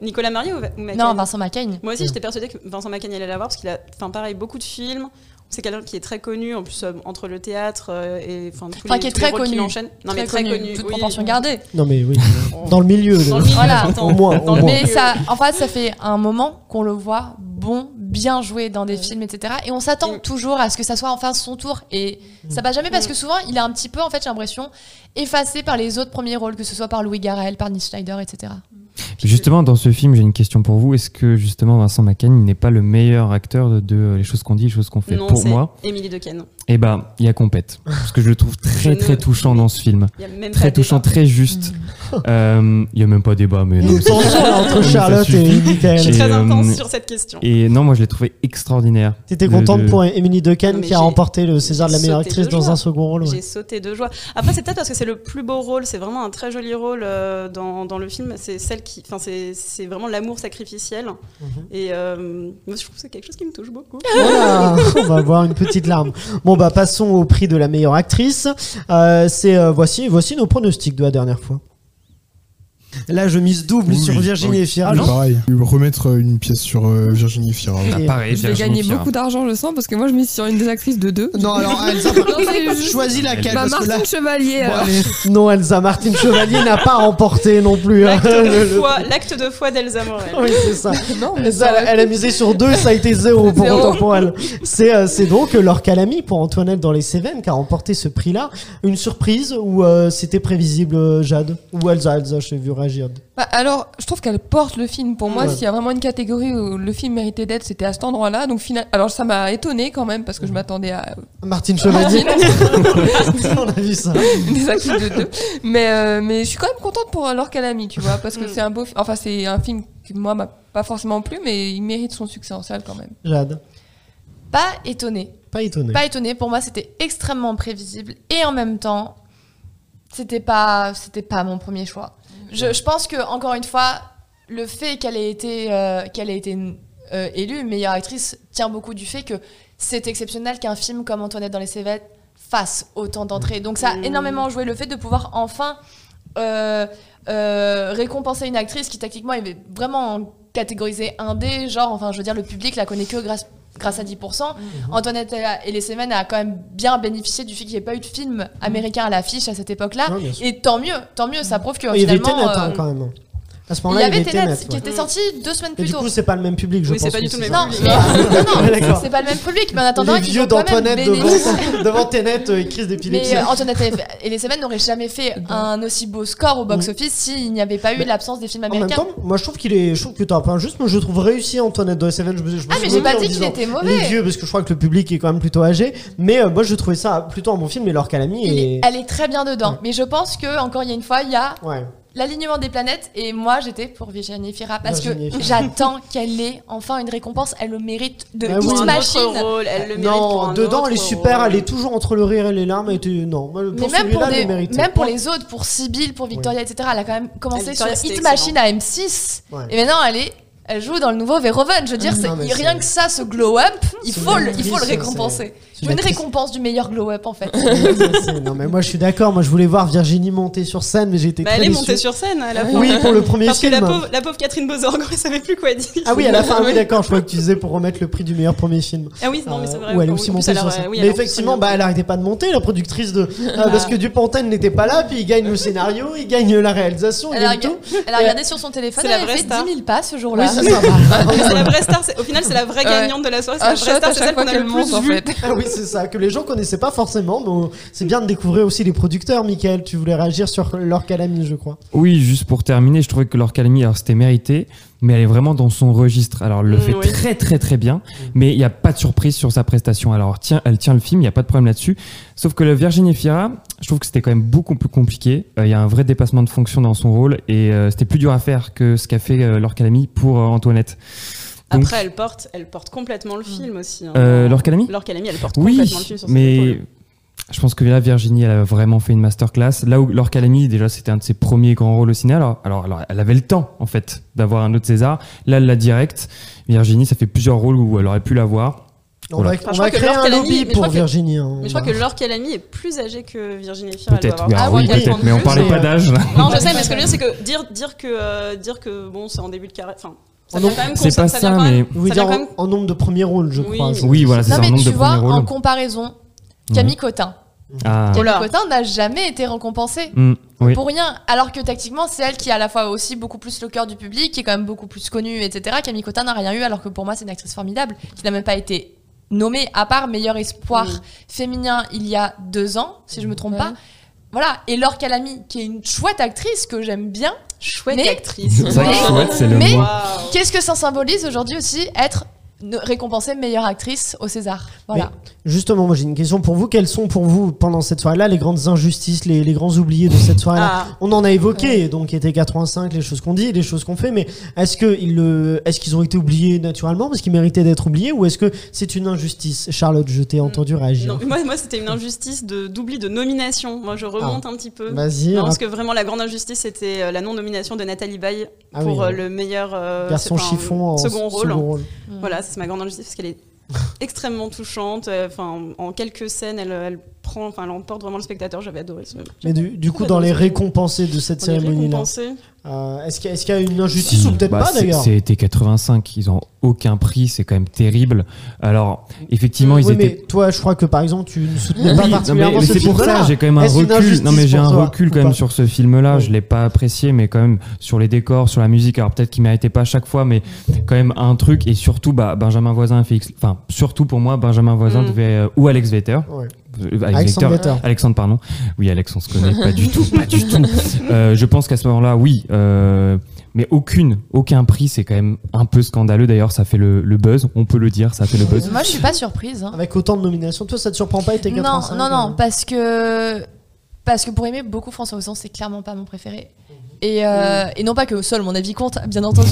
Speaker 10: Nicolas Marie ou, ou Macken
Speaker 8: Non, Vincent McCain.
Speaker 10: Moi
Speaker 9: Mm.
Speaker 10: aussi, j'étais persuadée que Vincent Macken allait l'avoir parce qu'il a, enfin, pareil, beaucoup de films. C'est quelqu'un qui est très connu, en plus euh, entre le théâtre euh, et enfin, tous
Speaker 8: Enfin,
Speaker 10: les-
Speaker 8: qui est
Speaker 10: tous les
Speaker 8: très
Speaker 10: rôles qu'il
Speaker 8: connu.
Speaker 10: enchaîne. Non, mais très connu.
Speaker 8: Toute
Speaker 10: oui.
Speaker 8: proportion gardée.
Speaker 1: Non, mais oui. Dans le milieu.
Speaker 10: Dans
Speaker 1: le-
Speaker 10: le milieu,
Speaker 8: Voilà.
Speaker 10: j'entends.
Speaker 1: Au moins,
Speaker 10: Dans
Speaker 1: au
Speaker 10: le
Speaker 1: moins.
Speaker 10: milieu.
Speaker 8: Mais ça, en fait, ça fait un moment qu'on le voit bon, bien joué dans des films, etc. Et on s'attend
Speaker 10: Mm.
Speaker 8: toujours à ce que ça soit enfin son tour. Et
Speaker 1: Mm.
Speaker 8: ça va jamais
Speaker 5: Mm.
Speaker 8: parce que souvent, il est un petit peu, en fait, j'ai l'impression, effacé par les autres premiers rôles, que ce soit par Louis Garrel, par Nick Schneider, etc.
Speaker 9: Justement, dans ce film, j'ai une question pour vous. Est-ce que justement Vincent Macaigne n'est pas le meilleur acteur de, de les choses qu'on dit, les choses qu'on fait
Speaker 10: Non,
Speaker 9: Pour
Speaker 10: c'est
Speaker 9: moi,
Speaker 10: Émilie de Ken.
Speaker 9: eh ben, il y a compète. Parce que je le trouve très
Speaker 10: Je ne-
Speaker 9: très touchant dans ce film.
Speaker 10: Il y a même pas
Speaker 9: Très
Speaker 10: de
Speaker 9: touchant,
Speaker 10: débat.
Speaker 9: très juste.
Speaker 1: Mmh.
Speaker 9: Euh, Il y a même pas débat, mais non,
Speaker 1: Une
Speaker 9: mais ça-
Speaker 1: tension là, entre
Speaker 9: ça
Speaker 1: Charlotte et
Speaker 9: suffit.
Speaker 10: Je
Speaker 1: Michael.
Speaker 10: suis très
Speaker 9: Et, euh,
Speaker 10: intense sur cette question.
Speaker 9: Et non, moi je l'ai trouvé extraordinaire.
Speaker 1: T'étais
Speaker 9: Le-
Speaker 1: contente
Speaker 9: le-
Speaker 1: pour Emily Duncan
Speaker 10: Non, mais
Speaker 1: qui a
Speaker 10: j'ai-
Speaker 1: remporté le César de la meilleure
Speaker 10: sauté
Speaker 1: actrice
Speaker 10: de
Speaker 1: dans
Speaker 10: joie.
Speaker 1: un second rôle. ouais.
Speaker 10: J'ai sauté de joie. Après, c'est peut-être parce que c'est le plus beau rôle, c'est vraiment un très joli rôle euh, dans, dans le film. C'est celle qui, enfin, c'est c'est vraiment l'amour sacrificiel.
Speaker 9: Mhm.
Speaker 10: Et euh, moi, je trouve que c'est quelque chose qui me touche beaucoup.
Speaker 1: Voilà, on va avoir une petite larme. Bon bah passons au prix de la meilleure actrice. Euh, c'est euh, voici voici nos pronostics de la dernière fois. Là je mise double
Speaker 7: Oui,
Speaker 1: sur
Speaker 7: oui,
Speaker 1: Virginie
Speaker 7: oui.
Speaker 1: Efira.
Speaker 7: Oui, pareil. Remettre euh, une pièce sur euh, Virginie Fira.
Speaker 1: Et-
Speaker 9: Ah, Pareil,
Speaker 11: Je vais gagner beaucoup d'argent, je sens, parce que moi je mise sur une des actrices de deux.
Speaker 1: Non alors Elsa,
Speaker 11: Non, c'est juste-
Speaker 1: choisis laquelle
Speaker 11: Bah,
Speaker 1: parce que là-
Speaker 11: Martin Chevalier,
Speaker 1: Bon,
Speaker 11: alors.
Speaker 1: allez. Non Elsa Martine Chevalier n'a pas remporté non plus. hein.
Speaker 10: L'acte de
Speaker 1: Le- le-
Speaker 10: foi- L'acte de foi d'Elsa Morel.
Speaker 1: Oui c'est ça.
Speaker 5: Non, mais
Speaker 1: Elsa, elle, elle a misé sur deux, ça a été zéro pour
Speaker 11: Zéro.
Speaker 1: autant pour elle. C'est euh, c'est donc leur calami pour Antoinette dans les Cévennes qui a remporté ce prix-là. Une surprise ou euh, c'était prévisible euh, Jade ou Elsa Elsa, je t'ai vu réagir.
Speaker 5: Bah, alors, je trouve qu'elle porte le film. Pour moi,
Speaker 1: Ouais.
Speaker 5: s'il y a vraiment une catégorie où le film méritait d'être, c'était à cet endroit-là. Donc, final... alors ça m'a étonné quand même parce que je
Speaker 1: Mm.
Speaker 5: m'attendais à
Speaker 1: Martine Chevalier.
Speaker 8: Ah,
Speaker 1: On a vu ça.
Speaker 5: des actrices de deux. Mais, euh, mais je suis quand même contente pour Alors Calami, tu vois, parce que
Speaker 10: Mm.
Speaker 5: c'est un beau, fi- enfin c'est un film qui moi m'a pas forcément plu, mais il mérite son succès en salle quand même.
Speaker 1: Jade,
Speaker 8: Pas étonné.
Speaker 1: pas étonnée.
Speaker 8: Pas étonné. Pour moi, c'était extrêmement prévisible et en même temps, c'était pas, c'était pas mon premier choix. Je, je pense que encore une fois, le fait qu'elle ait été, euh, qu'elle ait été euh, élue meilleure actrice tient beaucoup du fait que c'est exceptionnel qu'un film comme Antoinette dans les Cévennes fasse autant d'entrées. Donc ça a
Speaker 10: Mm.
Speaker 8: énormément joué le fait de pouvoir enfin euh, euh, récompenser une actrice qui techniquement est vraiment catégorisée indé, genre enfin je veux dire le public la connaît que grâce grâce à 10%.
Speaker 1: Mm-hmm.
Speaker 8: Antoinette et les Semaines a quand même bien bénéficié du fait qu'il n'y ait pas eu de film américain à l'affiche à cette époque-là.
Speaker 1: Mm. Ouais, bien sûr.
Speaker 8: Et tant mieux, tant mieux, ça prouve que
Speaker 1: il y avait
Speaker 8: finalement.
Speaker 1: Tenet hein,
Speaker 8: euh,
Speaker 1: quand même. À ce
Speaker 8: il y
Speaker 1: moment-là,
Speaker 8: avait Tenet
Speaker 1: Tenet,
Speaker 8: qui
Speaker 1: ouais.
Speaker 8: était sorti deux semaines
Speaker 1: Et
Speaker 8: plus
Speaker 1: du
Speaker 8: tôt.
Speaker 1: coup, c'est pas le même public, je
Speaker 10: Oui, c'est
Speaker 1: pense
Speaker 10: pas
Speaker 1: que
Speaker 10: du tout le même
Speaker 8: Non,
Speaker 10: public.
Speaker 8: mais- non, non,
Speaker 1: D'accord.
Speaker 8: c'est pas le même public, mais en attendant,
Speaker 1: Les
Speaker 8: ils
Speaker 1: vieux
Speaker 8: ont quand même
Speaker 1: d'Antoinette devant,
Speaker 8: bénéficié.
Speaker 1: devant Tenet, euh, une crise d'épilepsie.
Speaker 8: Mais euh, Antoinette et- et les Semaines n'auraient jamais fait un aussi beau score au box-office s'il n'y avait pas eu
Speaker 1: Eh ben. Mais-
Speaker 8: l'absence des films
Speaker 1: En même
Speaker 8: américains.
Speaker 1: temps, moi je trouve qu'il est, je trouve que t'es un peu injuste, mais je trouve réussi Antoinette de Seven. Je, me- je me
Speaker 8: Ah,
Speaker 1: suis
Speaker 8: mais j'ai pas
Speaker 1: moqué en
Speaker 8: dit qu'il
Speaker 1: disant,
Speaker 8: était
Speaker 1: Les
Speaker 8: mauvais.
Speaker 1: vieux, parce que je crois que le public est quand même plutôt âgé. Mais euh, moi je trouvais ça plutôt un bon film. Et leur calami
Speaker 8: Il est-
Speaker 1: et
Speaker 8: elle est très bien dedans.
Speaker 1: Ouais.
Speaker 8: Mais je pense que, encore il y a une fois, il y a
Speaker 1: ouais.
Speaker 8: l'alignement des planètes et moi j'étais pour Virginie Fira parce
Speaker 1: Virginie
Speaker 8: que
Speaker 1: Fira.
Speaker 8: j'attends qu'elle ait enfin une récompense elle le mérite de
Speaker 1: Ah
Speaker 8: Hit
Speaker 1: oui.
Speaker 10: Pour un
Speaker 8: Machine
Speaker 10: autre rôle, elle le mérite pour
Speaker 1: Non,
Speaker 10: un
Speaker 1: dedans elle est
Speaker 10: autre
Speaker 1: super.
Speaker 10: rôle.
Speaker 1: Elle est toujours entre le rire et les larmes. Et tu- non, moi,
Speaker 8: mais
Speaker 1: pour
Speaker 8: même pour,
Speaker 1: celui-là,
Speaker 8: des-
Speaker 1: elle mérite.
Speaker 8: même pour les autres pour Sibyl pour Victoria etc elle a quand même commencé
Speaker 10: Ah,
Speaker 8: sur
Speaker 10: Victoria, c'était
Speaker 8: Hit
Speaker 10: excellent.
Speaker 8: Machine à M6
Speaker 1: Ouais.
Speaker 8: et maintenant elle est elle joue dans le nouveau Verhoeven je veux dire
Speaker 1: Ah, Non,
Speaker 8: c'est-
Speaker 1: mais
Speaker 8: rien
Speaker 1: c'est-
Speaker 8: que ça ce glow up il
Speaker 1: C'est
Speaker 8: faut
Speaker 1: une
Speaker 8: le, il faut le
Speaker 1: actrice,
Speaker 8: récompenser
Speaker 1: c'est
Speaker 8: je
Speaker 1: une
Speaker 8: veux une
Speaker 1: actrice.
Speaker 8: récompense du meilleur glow up en fait
Speaker 1: non mais moi je suis d'accord. Moi je voulais voir Virginie monter sur scène, mais j'étais
Speaker 10: Bah,
Speaker 1: très
Speaker 10: elle est
Speaker 1: déçu.
Speaker 10: montée sur scène à la fin.
Speaker 1: Oui, pour le premier
Speaker 10: Parce que
Speaker 1: film.
Speaker 10: la pauvre, la pauvre Catherine Bozorg, elle savait plus quoi dire.
Speaker 1: Ah oui, à la fin, oui, d'accord, je crois que tu disais pour remettre le prix du meilleur premier film.
Speaker 10: Ah oui, non, mais c'est
Speaker 1: Euh,
Speaker 10: vrai.
Speaker 1: où elle est
Speaker 10: En
Speaker 1: aussi
Speaker 10: plus,
Speaker 1: montée
Speaker 10: elle a- euh,
Speaker 1: sur scène.
Speaker 10: oui, elle
Speaker 1: mais
Speaker 10: a aussi
Speaker 1: effectivement,
Speaker 10: bien-
Speaker 1: bah, elle arrêtait pas de monter, la productrice de. euh, parce que Dupontaine n'était pas là, puis il gagne le scénario, il gagne la réalisation, il
Speaker 8: elle a,
Speaker 1: gagne
Speaker 8: rega-
Speaker 1: tout.
Speaker 8: elle a regardé sur son téléphone
Speaker 10: C'est
Speaker 8: elle
Speaker 10: la
Speaker 8: avait
Speaker 10: vraie
Speaker 8: fait 10
Speaker 10: star.
Speaker 8: 000 pas ce jour
Speaker 1: Oui,
Speaker 8: là
Speaker 1: c'est ça. bah.
Speaker 10: C'est la vraie star. c'est- Au final, c'est la vraie
Speaker 5: Ouais.
Speaker 10: gagnante de la soirée. C'est
Speaker 5: Un
Speaker 10: la
Speaker 5: shot
Speaker 10: vraie star,
Speaker 5: à
Speaker 10: Ah, c'est celle
Speaker 5: chaque fois
Speaker 10: qu'on a le
Speaker 5: qu'elle monte
Speaker 10: plus
Speaker 5: en
Speaker 10: vue.
Speaker 5: fait.
Speaker 1: Ah oui, c'est ça, que les gens connaissaient pas forcément, mais euh, c'est bien de découvrir aussi les producteurs, Michael. Tu voulais réagir sur leur calamie, je crois.
Speaker 9: Oui, juste pour terminer, je trouvais que leur calmie, alors c'était mérité, mais elle est vraiment dans son registre. Alors, elle le
Speaker 10: Mm,
Speaker 9: fait
Speaker 10: oui. Mm.
Speaker 9: très, très, très bien, mais il n'y a pas de surprise sur sa prestation. Alors, tiens, elle tient le film, il n'y a pas de problème là-dessus. Sauf que le Virginie Fira, je trouve que c'était quand même beaucoup plus compliqué. Euh, Il y a un vrai dépassement de fonction dans son rôle, et euh, c'était plus dur à faire que ce qu'a fait euh, leur calmie pour euh, Antoinette. Donc,
Speaker 10: Après, elle porte, elle porte complètement le film aussi. hein.
Speaker 9: euh, leur calmie
Speaker 10: Laure Calamy, elle porte
Speaker 9: Oui,
Speaker 10: complètement le film sur ses
Speaker 9: mais
Speaker 10: épaules.
Speaker 9: je pense que là, Virginie, elle a vraiment fait une masterclass. Là où Laure Calamy, déjà, c'était un de ses premiers grands rôles au ciné. Alors, alors, alors, elle avait le temps, en fait, d'avoir un autre César. Là, elle l'a direct. Virginie, ça fait plusieurs rôles où elle aurait pu l'avoir.
Speaker 1: On
Speaker 9: Voilà.
Speaker 1: va,
Speaker 10: Enfin,
Speaker 1: on
Speaker 10: je
Speaker 1: va
Speaker 10: crois que
Speaker 1: créer
Speaker 10: leur
Speaker 1: un
Speaker 10: Calamy- mais
Speaker 1: lobby
Speaker 10: je
Speaker 1: pour
Speaker 10: crois que-
Speaker 1: Virginie. hein.
Speaker 10: Mais je crois que Laure Calamy est plus âgée que Virginie Fira. Elle doit
Speaker 9: Peut-être,
Speaker 10: avoir
Speaker 9: oui, alors
Speaker 10: Ah ouais,
Speaker 9: oui,
Speaker 10: elle doit
Speaker 9: peut-être.
Speaker 10: avoir
Speaker 9: Mais on
Speaker 10: 32.
Speaker 9: parlait
Speaker 1: mais,
Speaker 9: pas
Speaker 1: euh,
Speaker 9: d'âge, là.
Speaker 10: Non, je sais, mais ce que je veux dire, c'est que dire, dire que euh, dire que bon, c'est en début de carrière. Enfin, ça
Speaker 1: Oh
Speaker 10: vient
Speaker 1: non.
Speaker 10: quand même
Speaker 9: C'est pas
Speaker 10: qu'on-
Speaker 9: ça,
Speaker 10: vient quand même-
Speaker 9: mais.
Speaker 1: Vous voulez
Speaker 10: ça
Speaker 1: dire
Speaker 10: vient
Speaker 1: en,
Speaker 10: quand même-
Speaker 1: en nombre de premiers rôles, je
Speaker 10: Oui,
Speaker 1: crois.
Speaker 10: mais-
Speaker 1: c'est-
Speaker 9: Oui, voilà, c'est
Speaker 8: non
Speaker 9: ça, un
Speaker 8: mais
Speaker 9: nombre de
Speaker 8: tu vois
Speaker 9: premiers
Speaker 8: en
Speaker 9: rôles.
Speaker 8: comparaison Camille Cotin
Speaker 9: Ah,
Speaker 8: Camille
Speaker 10: Voilà.
Speaker 8: Cotin n'a jamais été récompensée
Speaker 9: hmm, oui.
Speaker 8: pour rien. Alors que tactiquement, c'est elle qui a à la fois aussi beaucoup plus le cœur du public, qui est quand même beaucoup plus connue, etc. Camille Cotin n'a rien eu, alors que pour moi, c'est une actrice formidable, qui n'a même pas été nommée, à part Meilleur Espoir
Speaker 10: Oui.
Speaker 8: féminin il y a deux ans, si je me trompe
Speaker 5: Ouais.
Speaker 8: pas. Voilà. Et Laure Calami, qui est une chouette actrice que j'aime bien.
Speaker 10: Chouette
Speaker 8: Mais-
Speaker 10: actrice.
Speaker 9: C'est vrai que
Speaker 10: Wow.
Speaker 9: chouette, c'est le
Speaker 8: mais-
Speaker 9: mot.
Speaker 10: Wow.
Speaker 8: Qu'est-ce que ça symbolise aujourd'hui aussi être ne- récompensée meilleure actrice au César Voilà.
Speaker 1: Justement, moi j'ai une question pour vous. Quelles sont pour vous, pendant cette soirée-là, les grandes injustices, les, les grands oubliés de cette soirée-là
Speaker 10: Ah.
Speaker 1: On en a évoqué, donc était 85, les choses qu'on dit, les choses qu'on fait, mais est-ce que ils le- est-ce qu'ils ont été oubliés naturellement parce qu'ils méritaient d'être oubliés ou est-ce que c'est une injustice Charlotte, je
Speaker 8: Mm.
Speaker 1: t'ai entendu réagir.
Speaker 10: Non, mais moi, moi, c'était une injustice de- d'oubli de, nomination. Moi, je remonte un petit peu.
Speaker 1: Vas-y, hein.
Speaker 10: Non, parce
Speaker 1: raconte.
Speaker 10: que vraiment, la grande injustice, c'était euh, la non-nomination de Nathalie Baye
Speaker 1: Ah
Speaker 10: pour
Speaker 1: oui,
Speaker 10: euh, le meilleur euh,
Speaker 1: Garçon
Speaker 10: c'est pas un
Speaker 1: chiffon en
Speaker 10: second rôle.
Speaker 9: hein.
Speaker 1: second rôle.
Speaker 10: Voilà, c'est ma grande injustice parce qu'elle est extrêmement touchante. Euh, Enfin, en quelques scènes, elle, elle prend, enfin, elle emporte vraiment le spectateur. J'avais adoré ce match.
Speaker 1: Mais du, du coup, dans les récompensés de cette cérémonie-là, euh, est-ce qu'il y, a- est-ce qu'il y a une injustice
Speaker 9: Si,
Speaker 1: ou peut-être
Speaker 9: bah,
Speaker 1: pas
Speaker 9: c'est-
Speaker 1: d'ailleurs
Speaker 9: C'est été 85, ils ont aucun prix, c'est quand même terrible. Alors, effectivement, ils
Speaker 1: Oui,
Speaker 9: étaient
Speaker 1: Euh,
Speaker 9: Ah
Speaker 1: mais toi, je crois que par exemple, tu ne soutenais
Speaker 9: Oui,
Speaker 1: pas
Speaker 9: non,
Speaker 1: particulièrement
Speaker 9: mais- mais
Speaker 1: ce
Speaker 9: c'est pour
Speaker 1: film-là.
Speaker 9: ça, j'ai quand même un
Speaker 1: Est-ce une
Speaker 9: recul. Non, mais
Speaker 1: injustice
Speaker 9: j'ai
Speaker 1: pour
Speaker 9: un
Speaker 1: toi,
Speaker 9: recul
Speaker 1: ou
Speaker 9: quand
Speaker 1: pas
Speaker 9: même sur ce film-là.
Speaker 1: Oui.
Speaker 9: Je l'ai pas apprécié, mais quand même sur les décors, sur la musique. Alors peut-être qu'il méritait pas à chaque fois, mais quand même un truc. Et surtout, bah, Benjamin Voisin, Félix- enfin surtout pour moi, Benjamin Voisin
Speaker 10: Mm.
Speaker 9: devait euh, ou Alex Vetter.
Speaker 1: Ouais.
Speaker 9: Euh,
Speaker 1: Alexandre
Speaker 9: Vetter.
Speaker 1: Vetter.
Speaker 9: Alexandre, pardon. Oui, Alex, on se connaît pas du tout, pas du tout. Euh, je pense qu'à ce moment-là, oui. euh, mais aucune, aucun prix, c'est quand même un peu scandaleux. D'ailleurs, ça fait le, le buzz, on peut le dire, ça fait le buzz.
Speaker 8: Moi, je suis pas surprise. hein.
Speaker 1: Avec autant de nominations, toi, ça te surprend pas été
Speaker 8: Non,
Speaker 1: 85
Speaker 8: non, non,
Speaker 1: euh,
Speaker 8: parce que parce que pour aimer beaucoup François Ozon, c'est clairement pas mon préféré. Et, euh,
Speaker 1: Mm-hmm.
Speaker 8: et non pas que seul mon avis compte, bien entendu,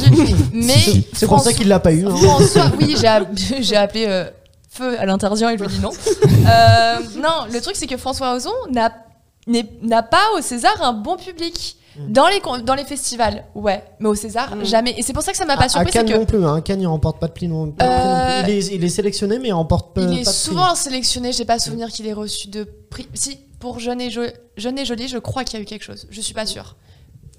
Speaker 8: mais
Speaker 9: si.
Speaker 1: C'est pour ça
Speaker 8: François-
Speaker 1: qu'il l'a pas eu. hein.
Speaker 8: François, oui, j'ai app- j'ai appelé euh, feu à l'interdient et je lui ai dit non. Euh, non, le truc c'est que François Ozon n'a n'est- n'a pas au César un bon public.
Speaker 1: Mm.
Speaker 8: Dans les, con- dans les festivals, ouais, mais au César,
Speaker 10: Mm.
Speaker 8: jamais. Et c'est pour ça que ça m'a
Speaker 1: À,
Speaker 8: Ah, pas
Speaker 1: à
Speaker 8: surpris, c'est
Speaker 1: Cannes
Speaker 8: que Euh,
Speaker 1: non plus, hein. Cannes il remporte pas de prix non, pas de prix non plus. Il est, il est sélectionné mais il remporte pas,
Speaker 8: Il
Speaker 1: Euh, pas
Speaker 8: est
Speaker 1: de prix.
Speaker 8: souvent sélectionné, j'ai pas souvenir qu'il ait reçu de prix. Si, pour Jeune et, Jo- Jeune et Jolie, je crois qu'il y a eu quelque chose, je suis pas sûre.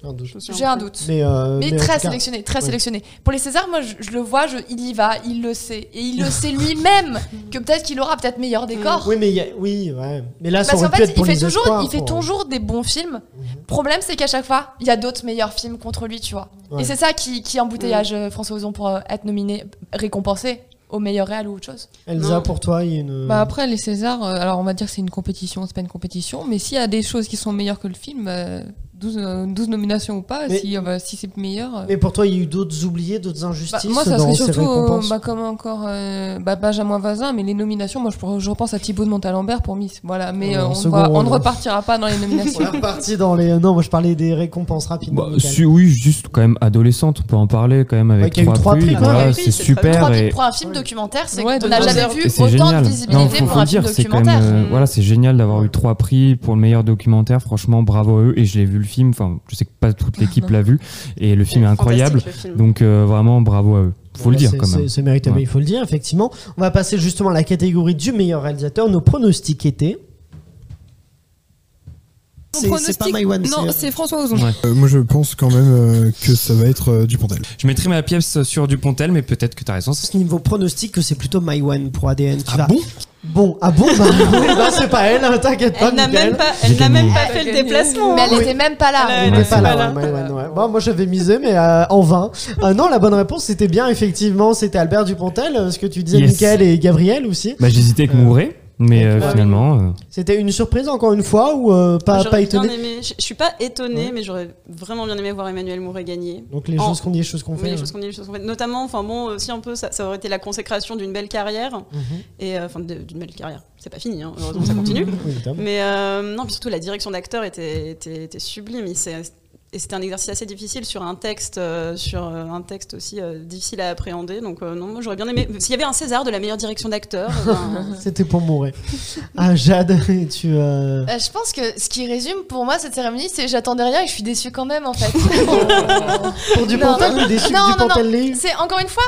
Speaker 1: Un doute.
Speaker 8: J'ai un doute.
Speaker 1: Mais, euh,
Speaker 8: Mais,
Speaker 1: mais en
Speaker 8: très
Speaker 1: tout cas,
Speaker 8: sélectionné, très
Speaker 1: oui.
Speaker 8: sélectionné. Pour les Césars, moi je, je le vois, je- il y va, il le sait. Et il le sait lui-même que peut-être qu'il aura peut-être meilleur décor.
Speaker 1: Oui mais il y a- oui ouais. Mais là ça
Speaker 8: Parce
Speaker 1: aurait
Speaker 8: qu'en
Speaker 1: pu
Speaker 8: fait,
Speaker 1: être
Speaker 8: il
Speaker 1: pour
Speaker 8: fait,
Speaker 1: les
Speaker 8: toujours,
Speaker 1: espoirs,
Speaker 8: il fait
Speaker 1: pour- euh, Mhm.
Speaker 8: toujours des bons films. Problème, c'est qu'à chaque fois, il y a d'autres meilleurs films contre lui, tu vois.
Speaker 1: Ouais.
Speaker 8: Et c'est ça qui, qui embouteillage euh, François Ozon pour euh, être nominé, récompensé au meilleur réal ou autre chose.
Speaker 1: Elsa
Speaker 10: Non.
Speaker 1: pour toi il y a une.
Speaker 5: Bah après les Césars, euh, alors on va dire que c'est une compétition, c'est pas une compétition, mais s'il y a des choses qui sont meilleures que le film, euh, 12, euh, 12 nominations ou pas,
Speaker 1: Mais-
Speaker 5: si, euh, bah, si c'est meilleur. euh,
Speaker 1: Mais pour toi il y a eu d'autres oubliés, d'autres
Speaker 5: bah,
Speaker 1: injustices
Speaker 5: moi ça
Speaker 1: dans
Speaker 5: serait
Speaker 1: ces
Speaker 5: surtout euh,
Speaker 1: récompenses.
Speaker 5: bah, comme encore euh, bah, Benjamin Voisin, mais les nominations, moi je, pourrais- je repense à Thibaut de Montalembert pour Miss, voilà, mais
Speaker 1: Ouais,
Speaker 5: euh,
Speaker 1: en
Speaker 5: on,
Speaker 1: second
Speaker 5: va- on
Speaker 1: rôle,
Speaker 5: ne
Speaker 1: hein.
Speaker 5: repartira pas dans les nominations.
Speaker 1: On est reparti dans les non moi je parlais des récompenses
Speaker 9: Bah,
Speaker 1: rapidement. Michael.
Speaker 9: si, oui, juste quand même adolescente, on peut en parler quand même
Speaker 1: Ouais,
Speaker 9: avec
Speaker 1: qu'il y a eu
Speaker 9: trois,
Speaker 1: trois prix,
Speaker 9: prix.
Speaker 1: quand
Speaker 9: voilà,
Speaker 10: même.
Speaker 9: c'est
Speaker 10: C'est très-
Speaker 9: super
Speaker 8: Trois prix
Speaker 9: et,
Speaker 8: pour un film documentaire, c'est
Speaker 5: Ouais,
Speaker 8: qu'on n'a
Speaker 5: donc-
Speaker 8: jamais vu
Speaker 9: et c'est
Speaker 8: autant
Speaker 9: génial.
Speaker 8: de
Speaker 9: Non,
Speaker 8: visibilité
Speaker 9: faut,
Speaker 8: pour
Speaker 9: faut
Speaker 8: un
Speaker 9: le dire,
Speaker 8: film
Speaker 9: c'est quand même,
Speaker 8: documentaire.
Speaker 9: euh, voilà, c'est génial d'avoir eu trois prix pour le meilleur documentaire. Franchement, bravo à eux et je l'ai vu le film. Enfin, je sais que pas toute l'équipe l'a vu et le film est incroyable.
Speaker 10: Fantastique, le film.
Speaker 9: Donc euh, vraiment, bravo à eux. Faut
Speaker 1: Bon,
Speaker 9: le
Speaker 1: là,
Speaker 9: dire
Speaker 1: c'est-
Speaker 9: quand même.
Speaker 1: c'est- C'est mérité, mais
Speaker 9: Ouais.
Speaker 1: il faut le dire, effectivement. On va passer justement à la catégorie du meilleur réalisateur. Nos pronostics étaient.
Speaker 11: Mon
Speaker 1: C'est- c'est pas
Speaker 11: pronostic-
Speaker 1: Maïwan,
Speaker 11: Non,
Speaker 1: c'est-
Speaker 11: c'est François Ozon.
Speaker 9: Ouais.
Speaker 7: Euh, moi, je pense quand même euh, que ça va être euh, Dupontel.
Speaker 9: Je mettrai ma pièce sur Dupontel, mais peut-être que t'as raison. ça-
Speaker 1: Niveau pronostic, que c'est plutôt MyOne pour ADN qui
Speaker 9: Ah
Speaker 1: va.
Speaker 9: bon
Speaker 1: Bon, ah bon Bah, oui, bah, c'est pas elle, hein, t'inquiète pas.
Speaker 10: Elle n'a
Speaker 1: Mickaël. Ah,
Speaker 10: même pas,
Speaker 9: J'ai
Speaker 10: elle n'a même
Speaker 9: gagné.
Speaker 10: pas fait le déplacement.
Speaker 8: Mais elle
Speaker 10: hein.
Speaker 8: était même pas là.
Speaker 10: Elle
Speaker 1: Elle
Speaker 10: Ouais,
Speaker 1: n'est
Speaker 10: c'est
Speaker 1: pas là,
Speaker 10: malin.
Speaker 1: ouais, MyOne, ouais. Bon, moi j'avais misé, mais euh, en vain. Euh, non, la bonne réponse c'était bien, effectivement, c'était Albert Dupontel, euh, ce que tu disais,
Speaker 9: Yes.
Speaker 1: Michael et Gabriel aussi.
Speaker 9: Bah, j'hésitais avec
Speaker 1: Euh,
Speaker 9: Mouret, mais
Speaker 1: donc,
Speaker 9: euh,
Speaker 1: bah,
Speaker 9: finalement. euh,
Speaker 1: C'était une surprise encore une fois ou euh, pas,
Speaker 10: J'aurais
Speaker 1: pas
Speaker 10: bien
Speaker 1: étonné
Speaker 10: aimé- Je, je suis pas étonnée,
Speaker 1: Ouais.
Speaker 10: mais j'aurais vraiment bien aimé voir Emmanuel Mouret gagner.
Speaker 1: Donc les
Speaker 10: En-
Speaker 1: choses qu'on dit, les choses qu'on
Speaker 10: Oui,
Speaker 1: fait.
Speaker 10: les
Speaker 1: ouais.
Speaker 10: choses qu'on dit, les choses qu'on fait. Notamment, enfin bon, aussi un peu, ça, ça aurait été la consécration d'une belle carrière. Et euh, enfin, de- d'une belle carrière. C'est pas fini, hein, heureusement, ça continue.
Speaker 1: mhm. Oui, évidemment.
Speaker 10: Mais euh, non, puis surtout la direction d'acteur était, était, était sublime. Il s'est- et c'était un exercice assez difficile sur un texte, euh, sur euh, un texte aussi euh, difficile à appréhender. Donc euh, non, moi j'aurais bien aimé. S'il y avait un César de la meilleure direction d'acteur, eh ben,
Speaker 1: C'était pour mourir. Ah, Jade, et tu. euh,
Speaker 8: Euh, je pense que ce qui résume pour moi cette cérémonie, c'est j'attendais rien et je suis déçue quand même en fait.
Speaker 1: Pour du
Speaker 8: Non.
Speaker 1: pantal, t'es déçu
Speaker 8: Non,
Speaker 1: que du
Speaker 8: non, non.
Speaker 1: pantal l'ait eu
Speaker 8: c'est encore une fois,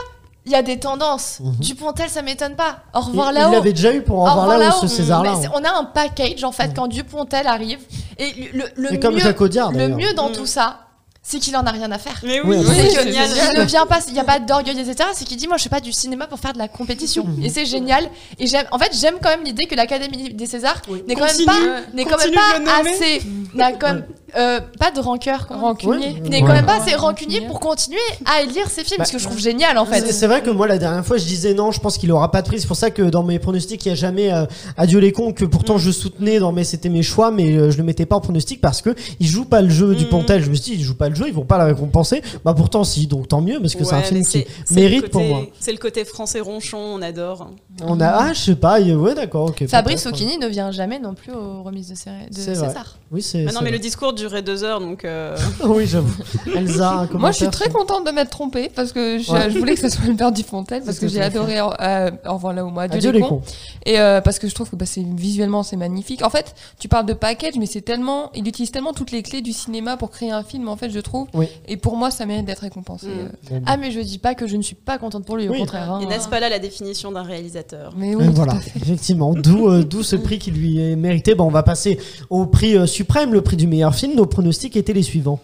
Speaker 8: il y a des tendances. Dupontel, ça m'étonne pas. Au
Speaker 1: Mhm. Il
Speaker 8: revoir
Speaker 1: il
Speaker 8: là-haut.
Speaker 1: l'avait déjà eu pour en
Speaker 8: Au
Speaker 1: voir
Speaker 8: revoir
Speaker 1: là-haut,
Speaker 8: là-haut.
Speaker 1: ce César-là. hein. Mhm.
Speaker 8: Mais c'est- On a un package en fait quand Dupontel arrive. Et le, le- le
Speaker 1: Et comme
Speaker 8: mieux,
Speaker 1: Jacques Audiard,
Speaker 8: le
Speaker 1: d'ailleurs.
Speaker 8: mieux dans
Speaker 10: Mm.
Speaker 8: tout ça, c'est qu'il en a rien à faire.
Speaker 10: mais
Speaker 1: Oui,
Speaker 10: oui,
Speaker 1: oui,
Speaker 10: c'est
Speaker 8: C'est que
Speaker 10: génial.
Speaker 8: il ne vient pas, il n'y a pas d'orgueil, etc. C'est qu'il dit, moi, je fais pas du cinéma pour faire de la compétition.
Speaker 5: Mm.
Speaker 8: Et c'est génial. Et j'aime, en fait, j'aime quand même l'idée que l'Académie des Césars n'est quand même
Speaker 10: Continue.
Speaker 8: pas, n'est quand même
Speaker 10: Continue de le
Speaker 8: pas
Speaker 10: nommer.
Speaker 8: assez, n'a quand même euh, pas de rancœur, quand même.
Speaker 5: Mm. Rancunier.
Speaker 8: Il n'est quand même pas assez rancunier pour continuer à lire ses films,
Speaker 1: Bah,
Speaker 8: ce que je trouve génial en
Speaker 1: C'est-
Speaker 8: fait.
Speaker 1: C'est vrai que moi, la dernière fois, je disais non, je pense qu'il aura pas de prix. C'est pour ça que dans mes pronostics, il n'y a jamais euh, Adieu les cons, que
Speaker 8: Mm.
Speaker 1: pourtant je soutenais dans mes c'était mes choix, mais euh, je le mettais pas en pronostic parce que il joue pas le jeu
Speaker 8: Mm.
Speaker 1: du Pontel. Je me suis dit, ils jouent pas le jeu, ils vont pas la récompenser. Bah pourtant, si, donc tant mieux, parce que c'est un
Speaker 10: Ouais,
Speaker 1: film
Speaker 10: mais
Speaker 1: qui
Speaker 10: c'est- c'est le
Speaker 1: mérite
Speaker 10: côté-
Speaker 1: pour moi.
Speaker 10: C'est le côté français ronchon, on adore.
Speaker 1: On a, ah, je sais pas, il- ouais, d'accord, ok.
Speaker 8: Fabrice
Speaker 1: peut-être.
Speaker 8: Occhini ne vient jamais non plus aux remises de, Céré- de
Speaker 1: C'est vrai.
Speaker 8: César.
Speaker 1: Oui, c'est.
Speaker 10: Ah non,
Speaker 1: c'est
Speaker 10: mais le
Speaker 1: vrai.
Speaker 10: discours durait deux heures, donc. euh,
Speaker 1: Oui, j'avoue. Elsa, un
Speaker 5: Moi, je suis
Speaker 1: commentaire
Speaker 5: très
Speaker 1: sur-
Speaker 5: contente de m'être trompée parce que je,
Speaker 1: Ouais.
Speaker 5: je voulais que ce soit une paire du Fontaine parce
Speaker 1: C'est
Speaker 5: que j'ai
Speaker 1: tout à
Speaker 5: adoré euh, Au revoir là au mois
Speaker 1: Adieu les cons.
Speaker 5: Et euh, parce que je trouve que bah, c'est visuellement c'est magnifique. En fait, tu parles de package, mais c'est tellement, il utilise tellement toutes les clés du cinéma pour créer un film. En fait, je trouve.
Speaker 1: Oui.
Speaker 5: Et pour moi, ça mérite d'être récompensé.
Speaker 10: Mm.
Speaker 5: euh.
Speaker 1: Bon, bah.
Speaker 8: Ah, mais je dis pas que je ne suis pas contente pour lui, au
Speaker 1: Oui.
Speaker 8: contraire. hein.
Speaker 10: Et n'est-ce pas là la définition d'un réalisateur
Speaker 5: Mais
Speaker 1: Et
Speaker 5: oui, tout
Speaker 1: Euh, voilà,
Speaker 5: à fait.
Speaker 1: effectivement, d'où euh, d'où ce prix qui lui est mérité. Bon, on va passer au prix euh, suprême, le prix du meilleur film. Nos pronostics étaient les suivants.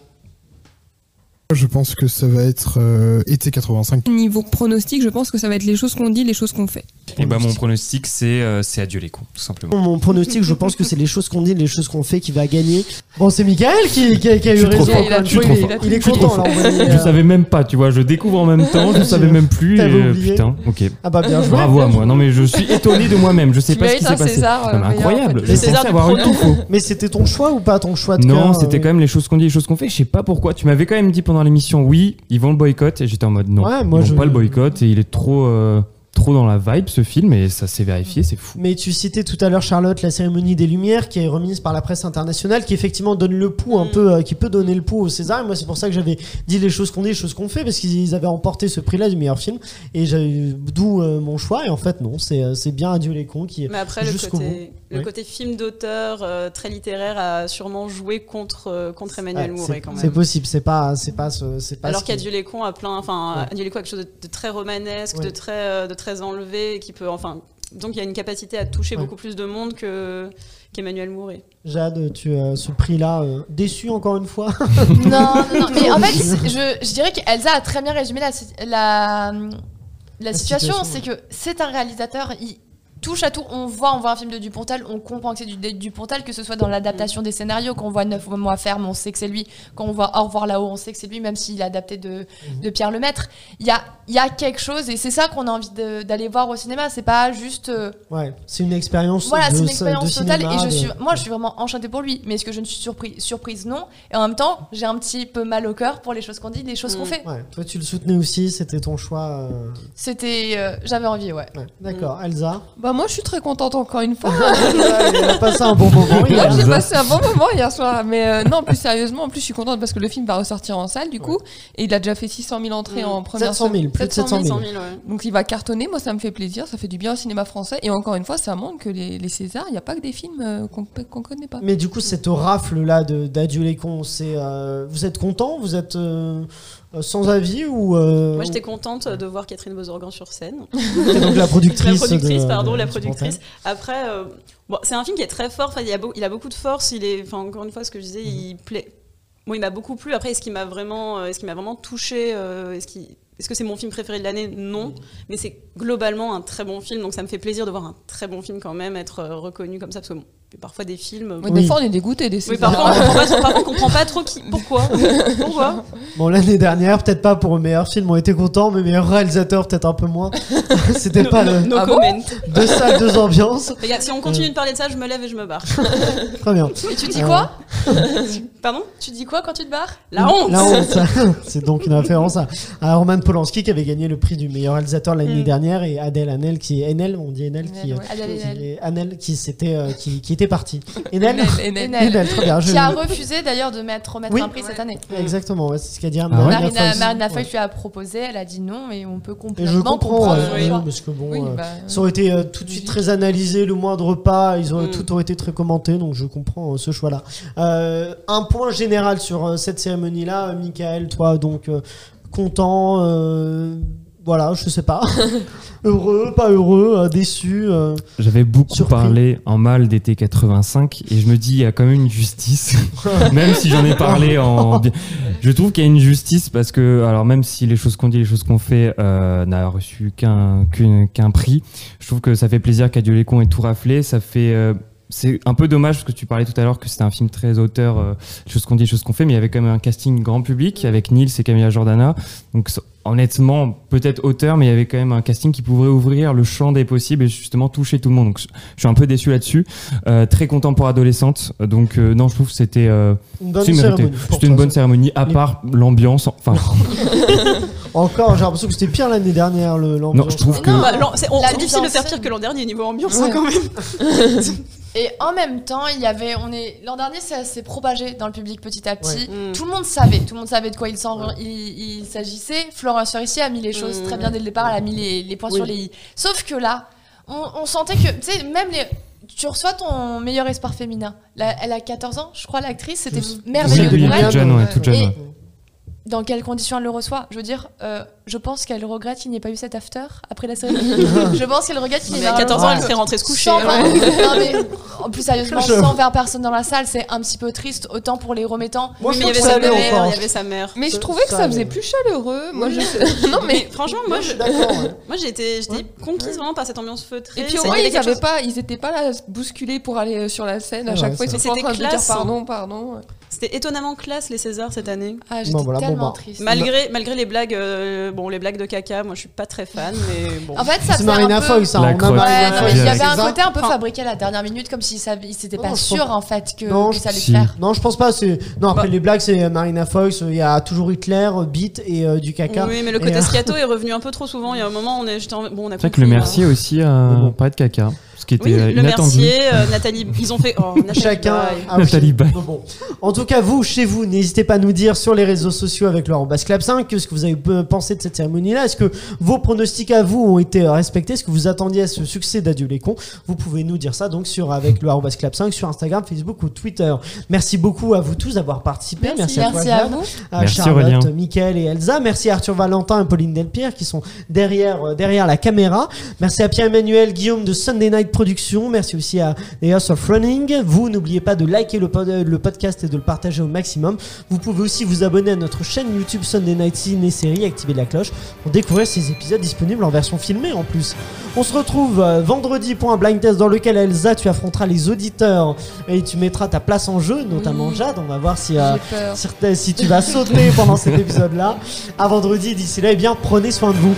Speaker 7: Je pense que ça va être euh, été 85.
Speaker 11: Niveau pronostic, je pense que ça va être les choses qu'on dit, les choses qu'on fait.
Speaker 9: Et bah, mon pronostic, c'est euh, c'est adieu les cons, tout simplement.
Speaker 1: Mon- Mon pronostic, je pense que c'est les choses qu'on dit, les choses qu'on fait qui va gagner. Bon, c'est Michael qui, qui a, qui a
Speaker 7: Je
Speaker 1: eu
Speaker 7: suis trop
Speaker 1: raison.
Speaker 7: fort.
Speaker 1: encore une
Speaker 9: Je suis
Speaker 1: fois,
Speaker 9: trop
Speaker 1: il, est-
Speaker 9: fort.
Speaker 1: il est
Speaker 9: Je suis
Speaker 1: content.
Speaker 9: trop
Speaker 1: là, on va dire,
Speaker 9: Je
Speaker 1: euh,
Speaker 9: savais même pas, tu vois, je découvre en même temps, je savais même plus.
Speaker 1: T'avais
Speaker 9: et, euh,
Speaker 1: oublié.
Speaker 9: putain, ok.
Speaker 1: Ah bah bien joué.
Speaker 9: Bravo à moi. Non mais je suis étonné de moi-même. Je sais
Speaker 5: Tu
Speaker 9: pas ce qui
Speaker 5: mérites
Speaker 9: s'est
Speaker 5: un
Speaker 9: passé.
Speaker 5: César, euh,
Speaker 9: Non, mais
Speaker 5: meilleur
Speaker 9: incroyable.
Speaker 5: pote.
Speaker 9: Je
Speaker 5: Le
Speaker 9: pensais
Speaker 1: César du
Speaker 9: avoir eu tout faux.
Speaker 1: Mais c'était ton choix ou pas ton choix de
Speaker 9: Non,
Speaker 1: cœur,
Speaker 9: c'était
Speaker 1: euh,
Speaker 9: quand même les choses qu'on dit, les choses qu'on fait. Je sais pas pourquoi. Tu m'avais quand même dit pendant l'émission, oui, ils vont le boycott. Et j'étais en mode non.
Speaker 1: Ouais, moi,
Speaker 9: ils vont
Speaker 1: je-
Speaker 9: pas le boycott. Et il est trop, euh, trop dans la vibe ce film. Et ça s'est vérifié, c'est fou.
Speaker 1: Mais tu citais tout à l'heure, Charlotte, la cérémonie des Lumières qui est remise par la presse internationale, qui effectivement donne le pouls un
Speaker 10: Mm.
Speaker 1: peu, euh, qui peut donner le pouls au César. Et moi, c'est pour ça que j'avais dit les choses qu'on dit, les choses qu'on fait, parce qu'ils ils avaient emporté ce prix-là du meilleur film. Et j'avais- d'où euh, mon choix. Et en fait, non, c'est euh, c'est bien Adieu les cons qui.
Speaker 10: Mais après, le
Speaker 1: Jusqu'au
Speaker 10: côté, le
Speaker 1: Oui.
Speaker 10: côté film d'auteur euh, très littéraire a sûrement joué contre, euh, contre Emmanuel
Speaker 1: Ouais,
Speaker 10: Mouret
Speaker 1: c'est
Speaker 10: quand
Speaker 1: c'est
Speaker 10: même.
Speaker 1: possible, c'est pas, c'est pas, ce- c'est pas.
Speaker 10: Alors
Speaker 1: ce qui-
Speaker 10: qu'Adieu les cons a plein, enfin, Adieu les cons a quelque chose de, de très romanesque,
Speaker 1: Ouais.
Speaker 10: de, très, euh, de très enlevé, et qui peut, enfin, donc il y a une capacité à toucher
Speaker 1: Ouais.
Speaker 10: beaucoup plus de monde que qu'Emmanuel Mouret.
Speaker 1: Jade, tu euh, ce prix-là euh, déçu encore une fois.
Speaker 8: Non, non, non. Mais en fait, c'est- je, je dirais qu'Elsa a très bien résumé la, si- la, la situation.
Speaker 1: situation,
Speaker 8: C'est que c'est un réalisateur, il touche à tout. On voit, on voit un film de Dupontel, on comprend que c'est du Dupontel, que ce soit dans l'adaptation des scénarios. Quand on voit Neuf mois ferme, on sait que c'est lui. Quand on voit Au revoir là-haut, on sait que c'est lui, même s'il est adapté de, de Pierre Lemaître. Il y a, il y a quelque chose et c'est ça qu'on a envie de- d'aller voir au cinéma. C'est pas juste. euh,
Speaker 1: Ouais, c'est une expérience.
Speaker 8: voilà,
Speaker 1: de-
Speaker 8: c'est une
Speaker 1: de
Speaker 8: expérience
Speaker 1: cinéma,
Speaker 8: totale et je
Speaker 1: de-
Speaker 8: suis, moi je suis vraiment enchantée pour lui. Mais est-ce que je ne suis surprise, surprise Non. Et en même temps, j'ai un petit peu mal au cœur pour les choses qu'on dit, les choses
Speaker 10: Mm.
Speaker 8: qu'on fait.
Speaker 1: Ouais, toi tu le soutenais aussi, c'était ton choix. euh,
Speaker 8: C'était, euh, j'avais envie, ouais.
Speaker 1: ouais. D'accord,
Speaker 8: Mm.
Speaker 1: Elsa.
Speaker 5: Bah moi, je suis très contente encore une fois.
Speaker 1: Ouais, on a passé un bon moment. il
Speaker 5: Moi,
Speaker 1: a-
Speaker 5: j'ai passé un bon moment hier soir, mais euh, non, plus sérieusement, en plus, je suis contente parce que le film va ressortir en salle, du coup, et il a déjà fait 600 000 entrées
Speaker 10: Mm.
Speaker 5: en première
Speaker 1: 700 000,
Speaker 5: semaine.
Speaker 1: plus de 700 000.
Speaker 10: 100 000, ouais.
Speaker 5: Donc il va cartonner, moi ça me fait plaisir, ça fait du bien au cinéma français. Et encore une fois, ça montre que les, les Césars, il n'y a pas que des films euh, qu'on qu'on connaît pas.
Speaker 1: Mais du coup, cette rafle-là de- d'adieu les cons, c'est, euh, vous êtes content Vous êtes euh, euh, sans avis ou, euh,
Speaker 10: Moi, j'étais contente de voir Catherine Bozorgan sur scène.
Speaker 1: ou- donc la productrice
Speaker 10: La productrice,
Speaker 1: de-
Speaker 10: pardon, la
Speaker 1: de- du
Speaker 10: productrice. Après, euh, bon, c'est un film qui est très fort. Enfin, il, y a beau- il a beaucoup de force. Il est, enfin, encore une fois, ce que je disais,
Speaker 1: Mm-hmm.
Speaker 10: il plaît. Moi, il m'a beaucoup plu. Après, est-ce qu'il m'a vraiment, euh, est-ce qu'il m'a vraiment touché euh, Est-ce qu'il- est-ce que c'est mon film préféré de l'année Non,
Speaker 1: Mm-hmm.
Speaker 10: mais c'est globalement un très bon film, donc ça me fait plaisir de voir un très bon film quand même être euh, reconnu comme ça, parce que bon, il y a parfois des films. euh,
Speaker 5: Ouais,
Speaker 1: Oui.
Speaker 5: Des fois, on est dégoûté des
Speaker 10: oui,
Speaker 5: Césars.
Speaker 10: parfois, on comprend pas, parfois, on comprend pas trop qui, pourquoi, pourquoi.
Speaker 1: Fontaine. Bon, l'année dernière, peut-être pas pour le meilleur film, on était contents, mais meilleur réalisateur, peut-être un peu moins. c'était
Speaker 10: No,
Speaker 1: pas
Speaker 10: no-
Speaker 1: le-
Speaker 10: no
Speaker 5: Ah bon
Speaker 10: comment.
Speaker 1: deux salles, deux ambiances.
Speaker 10: Regarde, si on continue de parler de ça, je me lève et je me barre.
Speaker 1: Très bien.
Speaker 8: Et tu dis
Speaker 1: Euh,
Speaker 8: quoi
Speaker 10: Pardon
Speaker 8: Tu dis quoi quand tu te barres
Speaker 10: La honte.
Speaker 1: La honte. C'est donc une référence à, à Roman Polanski qui avait gagné le prix du meilleur réalisateur l'année
Speaker 10: Mm.
Speaker 1: dernière et Adèle Hanel qui Enel, on dit Enel qui, euh,
Speaker 5: Enel, ouais.
Speaker 8: Adèle
Speaker 1: qui-
Speaker 8: Haenel.
Speaker 1: et Hanel qui s'était euh, qui, qui était parti. Enel,
Speaker 5: Enel, Enel.
Speaker 8: Enel.
Speaker 1: Enel, très bien. je-
Speaker 8: Qui a refusé d'ailleurs de mettre, remettre
Speaker 1: Oui.
Speaker 8: un prix cette année.
Speaker 1: Exactement, ouais, c'est ce qu'a dit
Speaker 9: Ah ouais
Speaker 8: Marina,
Speaker 1: Foïs.
Speaker 8: Marina
Speaker 1: Ouais.
Speaker 8: Foïs lui a proposé, elle a dit non et on peut
Speaker 1: Et je
Speaker 8: complètement
Speaker 1: comprends,
Speaker 8: comprendre
Speaker 1: ouais,
Speaker 8: son
Speaker 1: ouais,
Speaker 8: choix.
Speaker 1: parce que bon,
Speaker 5: Oui,
Speaker 1: euh,
Speaker 5: bah,
Speaker 1: ça aurait été euh, tout de suite très analysé, le moindre pas, ils auraient,
Speaker 10: Mm.
Speaker 1: tout aurait été très commenté, donc je comprends euh, ce choix-là. Euh, un point général sur euh, cette cérémonie-là, euh, Michael, toi, donc euh, content, euh, voilà, je sais pas, heureux, pas heureux, euh, déçu. euh,
Speaker 9: J'avais beaucoup
Speaker 1: Surpris.
Speaker 9: parlé en mal d'été 85 et je me dis il y a quand même une justice, même si j'en ai parlé en. Je trouve qu'il y a une justice parce que alors même si les choses qu'on dit, les choses qu'on fait euh, n'a reçu qu'un qu'une- qu'un prix, je trouve que ça fait plaisir qu'Adieu les cons ait tout raflé, ça fait euh, c'est un peu dommage parce que tu parlais tout à l'heure que c'était un film très auteur, euh, choses qu'on dit, choses qu'on fait, mais il y avait quand même un casting grand public avec Nils et Camilla Jordana. Donc so- honnêtement, peut-être auteur, mais il y avait quand même un casting qui pouvait ouvrir le champ des possibles et justement toucher tout le monde. Donc je je suis un peu déçu là-dessus. Euh, très content pour adolescente. Donc euh, non, je trouve que c'était euh,
Speaker 1: Une bonne
Speaker 9: c'est mérité.
Speaker 1: cérémonie, pour
Speaker 9: C'était une
Speaker 1: toi,
Speaker 9: bonne
Speaker 1: ça.
Speaker 9: cérémonie à
Speaker 1: Les-
Speaker 9: part l'ambiance. Enfin
Speaker 1: Encore, j'ai l'impression que c'était pire l'année dernière. Le, l'ambiance.
Speaker 9: non, je trouve que
Speaker 10: Non, bah, l'an- c'est on-
Speaker 8: La
Speaker 10: c'est difficile de
Speaker 8: mise en
Speaker 10: faire
Speaker 8: scène.
Speaker 10: pire que l'an dernier niveau ambiance
Speaker 8: Ouais.
Speaker 10: hein, quand même.
Speaker 8: Et en même temps, il y avait, on est, l'an dernier, ça s'est propagé dans le public petit à petit.
Speaker 10: Ouais. Mm.
Speaker 8: Tout le monde savait, tout le monde savait de quoi il, s'en- il, il s'agissait. Florence Foresti a mis les choses
Speaker 10: Mm.
Speaker 8: très bien dès le départ, elle a mis les, les points
Speaker 1: Oui.
Speaker 8: sur les i. Sauf que là, on, on sentait que, tu sais, même les, tu reçois ton meilleur espoir féminin. Là, elle a 14 ans, je crois, l'actrice, c'était
Speaker 1: Je-
Speaker 8: merveilleux
Speaker 9: oui,
Speaker 1: de
Speaker 9: oui,
Speaker 8: pour elle.
Speaker 9: toute jeune, ouais, toute jeune,
Speaker 8: euh, Et-
Speaker 9: ouais.
Speaker 8: Dans quelles conditions elle le reçoit Je veux dire, euh, je pense qu'elle regrette qu'il n'y ait pas eu cet after après la série. je pense qu'elle regrette qu'il n'y
Speaker 10: Mais
Speaker 8: ait
Speaker 10: à
Speaker 8: pas
Speaker 10: 14 ans,
Speaker 8: Ouais.
Speaker 10: elle serait rentrée se coucher. hein.
Speaker 8: 120 non, mais en plus sérieusement,
Speaker 1: Je-
Speaker 8: 120 personnes dans la salle, c'est un petit peu triste, autant pour les remettants.
Speaker 1: Moi,
Speaker 10: Oui,
Speaker 1: je
Speaker 10: mais il
Speaker 1: trouve
Speaker 10: y avait
Speaker 1: que ça
Speaker 10: sa
Speaker 1: allait
Speaker 10: mère,
Speaker 1: encore.
Speaker 10: il y avait sa mère.
Speaker 5: Mais je
Speaker 1: Ça-
Speaker 5: trouvais que
Speaker 1: ça,
Speaker 5: ça faisait
Speaker 1: mais-
Speaker 5: plus chaleureux. Moi,
Speaker 1: Oui.
Speaker 5: je... non, mais.
Speaker 10: Franchement, moi,
Speaker 1: je
Speaker 10: je,
Speaker 1: suis d'accord. ouais.
Speaker 10: moi, j'ai été, j'étais conquise vraiment par cette ambiance feutrée.
Speaker 5: Et puis au
Speaker 10: Ça, il y
Speaker 5: moins,
Speaker 10: avait
Speaker 5: ils
Speaker 10: quelque
Speaker 5: n'avaient
Speaker 10: chose-
Speaker 5: pas, ils étaient pas là bousculés pour aller euh, sur la scène. À
Speaker 1: Ah Ouais,
Speaker 5: chaque fois, ils
Speaker 1: ça-
Speaker 5: sont en
Speaker 10: C'était
Speaker 5: train de dire
Speaker 10: classe, hein.
Speaker 5: pardon, pardon.
Speaker 10: C'était étonnamment classe les Césars cette année.
Speaker 8: Ah, j'étais
Speaker 1: Bon, voilà, bon,
Speaker 8: tellement
Speaker 1: bah.
Speaker 8: triste.
Speaker 10: Malgré, malgré les blagues, euh, bon, les blagues de caca, moi je suis pas très fan, mais bon.
Speaker 8: En fait,
Speaker 1: C'est
Speaker 8: ça faisait
Speaker 1: Marina
Speaker 8: un peu...
Speaker 1: Foy, ça.
Speaker 9: La
Speaker 1: on a
Speaker 9: crotte.
Speaker 8: Ouais,
Speaker 1: Marina
Speaker 8: non,
Speaker 1: Foy,
Speaker 8: mais il y
Speaker 1: c'est
Speaker 8: avait un
Speaker 1: ça.
Speaker 8: côté un peu fabriqué à la dernière minute, comme s'ils savaient- ils s'étaient
Speaker 1: Non,
Speaker 8: pas
Speaker 1: je
Speaker 8: sûrs
Speaker 1: trouve-
Speaker 8: en fait que,
Speaker 1: Non,
Speaker 8: que
Speaker 1: je-
Speaker 8: ça allait
Speaker 9: si.
Speaker 8: faire.
Speaker 1: Non, je pense pas. C'est non après les blagues, c'est euh, Marina Foïs. Il y a toujours Hitler, Beat et euh, du caca.
Speaker 10: Oui, mais le
Speaker 1: Et,
Speaker 10: côté
Speaker 1: euh,
Speaker 10: sciato est revenu un peu trop souvent. Il y a un moment, on est, j'étais en- bon, on a
Speaker 9: C'est vrai que le
Speaker 10: compris,
Speaker 9: Mercier
Speaker 10: hein.
Speaker 9: aussi a
Speaker 1: bon.
Speaker 9: pas de caca, ce qui était
Speaker 10: Oui,
Speaker 9: euh,
Speaker 10: le
Speaker 9: inattendu.
Speaker 10: Mercier, euh, Nathalie, ils ont fait. Oh, Nathalie
Speaker 1: Chacun.
Speaker 10: Baye.
Speaker 1: Ah oui.
Speaker 9: Nathalie Baye.
Speaker 1: Bon, bon. En tout cas, vous, chez vous, n'hésitez pas à nous dire sur les réseaux sociaux avec Laurent Basclap 5 ce que vous avez euh, pensé de cette cérémonie-là. Est-ce que vos pronostics à vous ont été euh, respectés Est-ce que vous attendiez à ce succès d'Adieu les cons Vous pouvez nous dire ça donc sur avec le arrobas clap 5 sur Instagram, Facebook ou Twitter. Merci beaucoup à vous tous d'avoir participé. Merci, à, toi,
Speaker 8: Merci à
Speaker 1: Jade,
Speaker 8: vous.
Speaker 1: à
Speaker 9: Merci,
Speaker 1: Charlotte,
Speaker 9: Aurélien.
Speaker 1: Mickaël et Elsa. Merci à Arthur Valentin et Pauline Delpierre qui sont derrière, euh, derrière la caméra. Merci à Pierre-Emmanuel Guillaume de Sunday Night Productions. Merci aussi à The House of Running. Vous, n'oubliez pas de liker le, pod- le podcast et de le partager au maximum. Vous pouvez aussi vous abonner à notre chaîne YouTube Sunday Night Ciné Série, activer la cloche pour découvrir ces épisodes disponibles en version filmée en plus. On se retrouve euh, vendredi pour un blind test dans lequel Elsa, tu affronteras les auditeurs et tu mettras ta place en jeu, notamment
Speaker 5: Oui.
Speaker 1: Jade. On va voir si... euh,
Speaker 5: J'ai peur.
Speaker 1: si, si tu vas sauter pendant cet épisode-là. À vendredi, d'ici là, eh bien, prenez soin de vous.